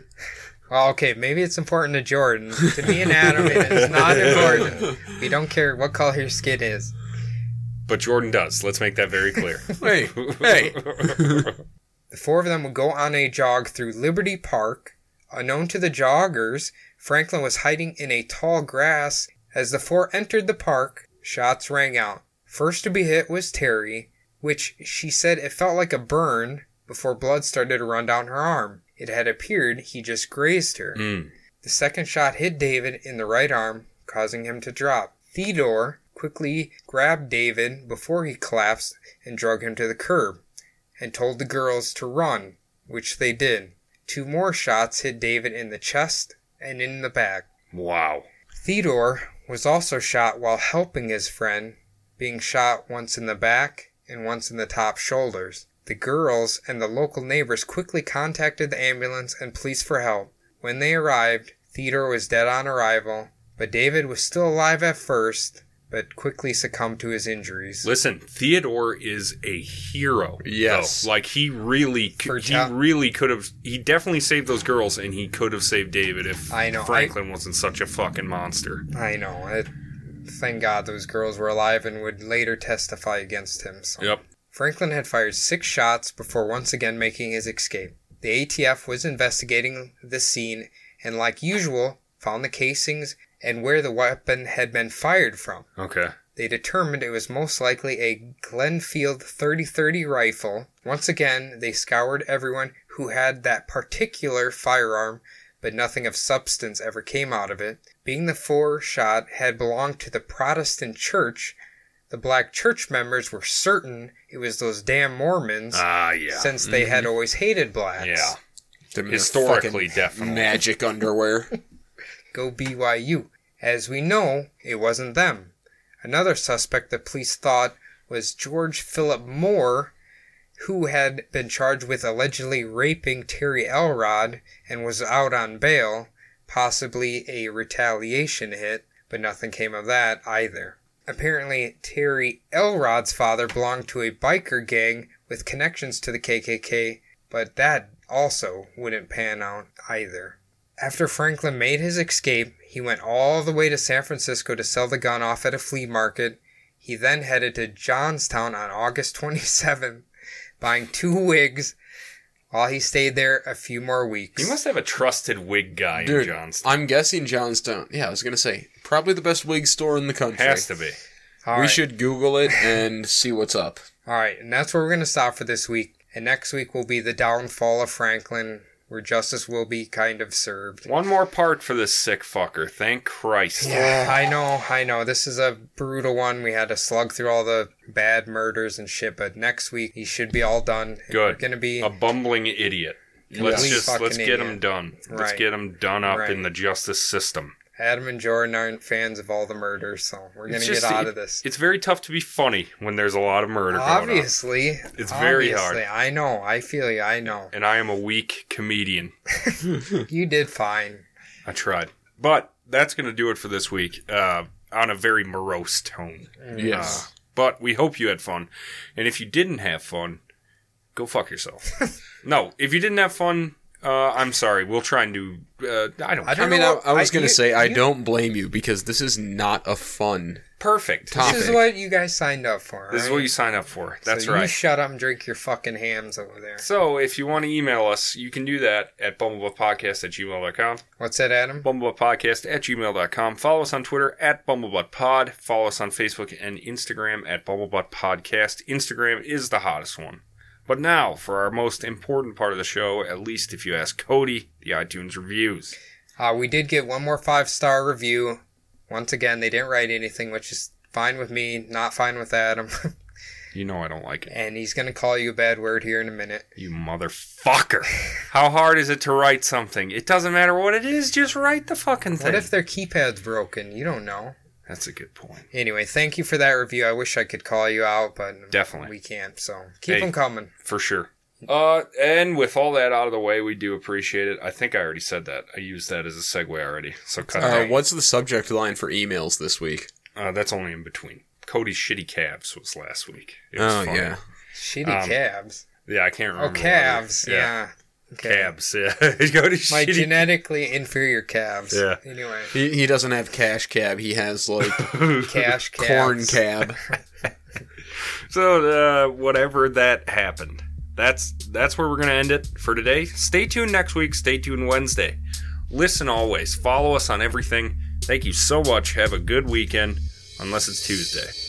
Well, okay, maybe it's important to Jordan. To me and Adam, it is not important. We don't care what color your skin is.
But Jordan does. Let's make that very clear.
Hey, hey.
The four of them would go on a jog through Liberty Park. Unknown to the joggers, Franklin was hiding in a tall grass. As the four entered the park, shots rang out. First to be hit was Terry, which she said it felt like a burn before blood started to run down her arm. It had appeared he just grazed her.
Mm.
The second shot hit David in the right arm, causing him to drop. Theodore quickly grabbed David before he collapsed and drug him to the curb and told the girls to run, which they did. Two more shots hit David in the chest and in the back.
Wow.
Theodore was also shot while helping his friend, being shot once in the back and once in the top shoulders. The girls and the local neighbors quickly contacted the ambulance and police for help. When they arrived, Theodore was dead on arrival, but David was still alive at first, but quickly succumbed to his injuries.
Listen, Theodore is a hero.
Yes.
though. like he really, c-
For
he
ta-
really could have. He definitely saved those girls, and he could have saved David if
I know, I-
Franklin wasn't such a fucking monster.
I know. It, thank God those girls were alive and would later testify against him. So.
Yep.
Franklin had fired six shots before once again making his escape. The ATF was investigating the scene and, like usual, found the casings and where the weapon had been fired from.
Okay.
They determined it was most likely a Glenfield 3030 rifle. Once again, they scoured everyone who had that particular firearm, but nothing of substance ever came out of it. Being the four shot had belonged to the Protestant church, the black church members were certain it was those damn Mormons
Ah, yeah. Mm-hmm.
since they had always hated blacks.
yeah.
Them in their
Historically,
fucking
definitely.
Magic underwear.
go BYU. As we know, it wasn't them. Another suspect the police thought was George Philip Moore, who had been charged with allegedly raping Terry Elrod and was out on bail, possibly a retaliation hit, but nothing came of that either. Apparently, Terry Elrod's father belonged to a biker gang with connections to the KKK, but that also wouldn't pan out either. After Franklin made his escape, he went all the way to San Francisco to sell the gun off at a flea market. He then headed to Johnstown on August 27th, buying two wigs while he stayed there a few more weeks.
He must have a trusted wig guy in
Dude,
Johnston.
I'm guessing Johnstown. Yeah, I was gonna say probably the best wig store in the country.
Has to be.
All
we
right.
should Google it and see what's up.
All right, and that's where we're going to stop for this week. And next week will be the downfall of Franklin, where justice will be kind of served.
One more part for this sick fucker. Thank Christ.
Yeah, I know, I know. This is a brutal one. We had to slug through all the bad murders and shit, but next week he should be all done. And
Good. Um,
We're gonna be
A bumbling idiot. Let's
Complete
just let's
fucking
get him
idiot.
done. Let's
Right.
get him done up in
Right.
the justice system.
Adam and Jordan aren't fans of all the murders, so we're gonna
It's
get
just-
out
it-
of this.
It's very tough to be funny when there's a lot of murder going on.
Obviously,
It's very
obviously. I know. I feel you. I know.
And I am a weak comedian.
You did fine.
I tried. But that's going to do it for this week uh, on a very morose tone.
Yes.
But we hope you had fun. And if you didn't have fun, go fuck yourself. no, if you didn't have fun, uh, I'm sorry. We'll try and do. Uh, I don't.
I
I
care.
don't
mean, I,
know.
I was gonna
you-
say I
you-
don't blame you because this is not a fun
Perfect.
topic.
This is what you guys signed up for.
This is
alright?
what you sign up for. That's
So You
right.
shut up and drink your fucking hams over there.
so if you want to email us, you can do that at bumblebuttpodcast at gmail.com.
What's that, Adam?
bumblebuttpodcast at gmail.com. Follow us on Twitter at bumblebuttpod. Follow us on Facebook and Instagram at bumblebuttpodcast. Instagram is the hottest one. But now for our most important part of the show, at least if you ask Cody, the iTunes reviews.
Uh, we did get one more five star review. Once again, they didn't write anything, which is fine with me, not fine with Adam.
You know I don't like it.
and he's gonna call you a bad word here in a minute.
You motherfucker. How hard is it to write something? It doesn't matter what it is, just write the fucking thing.
What if their keypad's broken? You don't know.
That's a good point.
Anyway, thank you for that review. I wish I could call you out, but
Definitely.
we can't. So keep
Hey.
them coming.
For sure. Uh, and with all that out of the way, we do appreciate it. I think I already said that. I used that as a segue already. So cut
Uh,
that.
what's the subject line for emails this week?
Uh, that's only in between. Cody's shitty calves was last week. It was
Oh
funny.
yeah,
Shitty
Um,
calves.
yeah. I can't
Oh,
remember. what it-
calves. Yeah. Okay.
Calves. Yeah. Cody's
My
shitty.
genetically inferior calves.
Yeah.
Anyway,
he, he doesn't have cash cab. He has like
cash calves.
corn cab.
so uh, whatever that happened, that's that's where we're gonna end it for today. Stay tuned next week. Stay tuned Wednesday. Listen always. Follow us on everything. Thank you so much. Have a good weekend, unless it's Tuesday.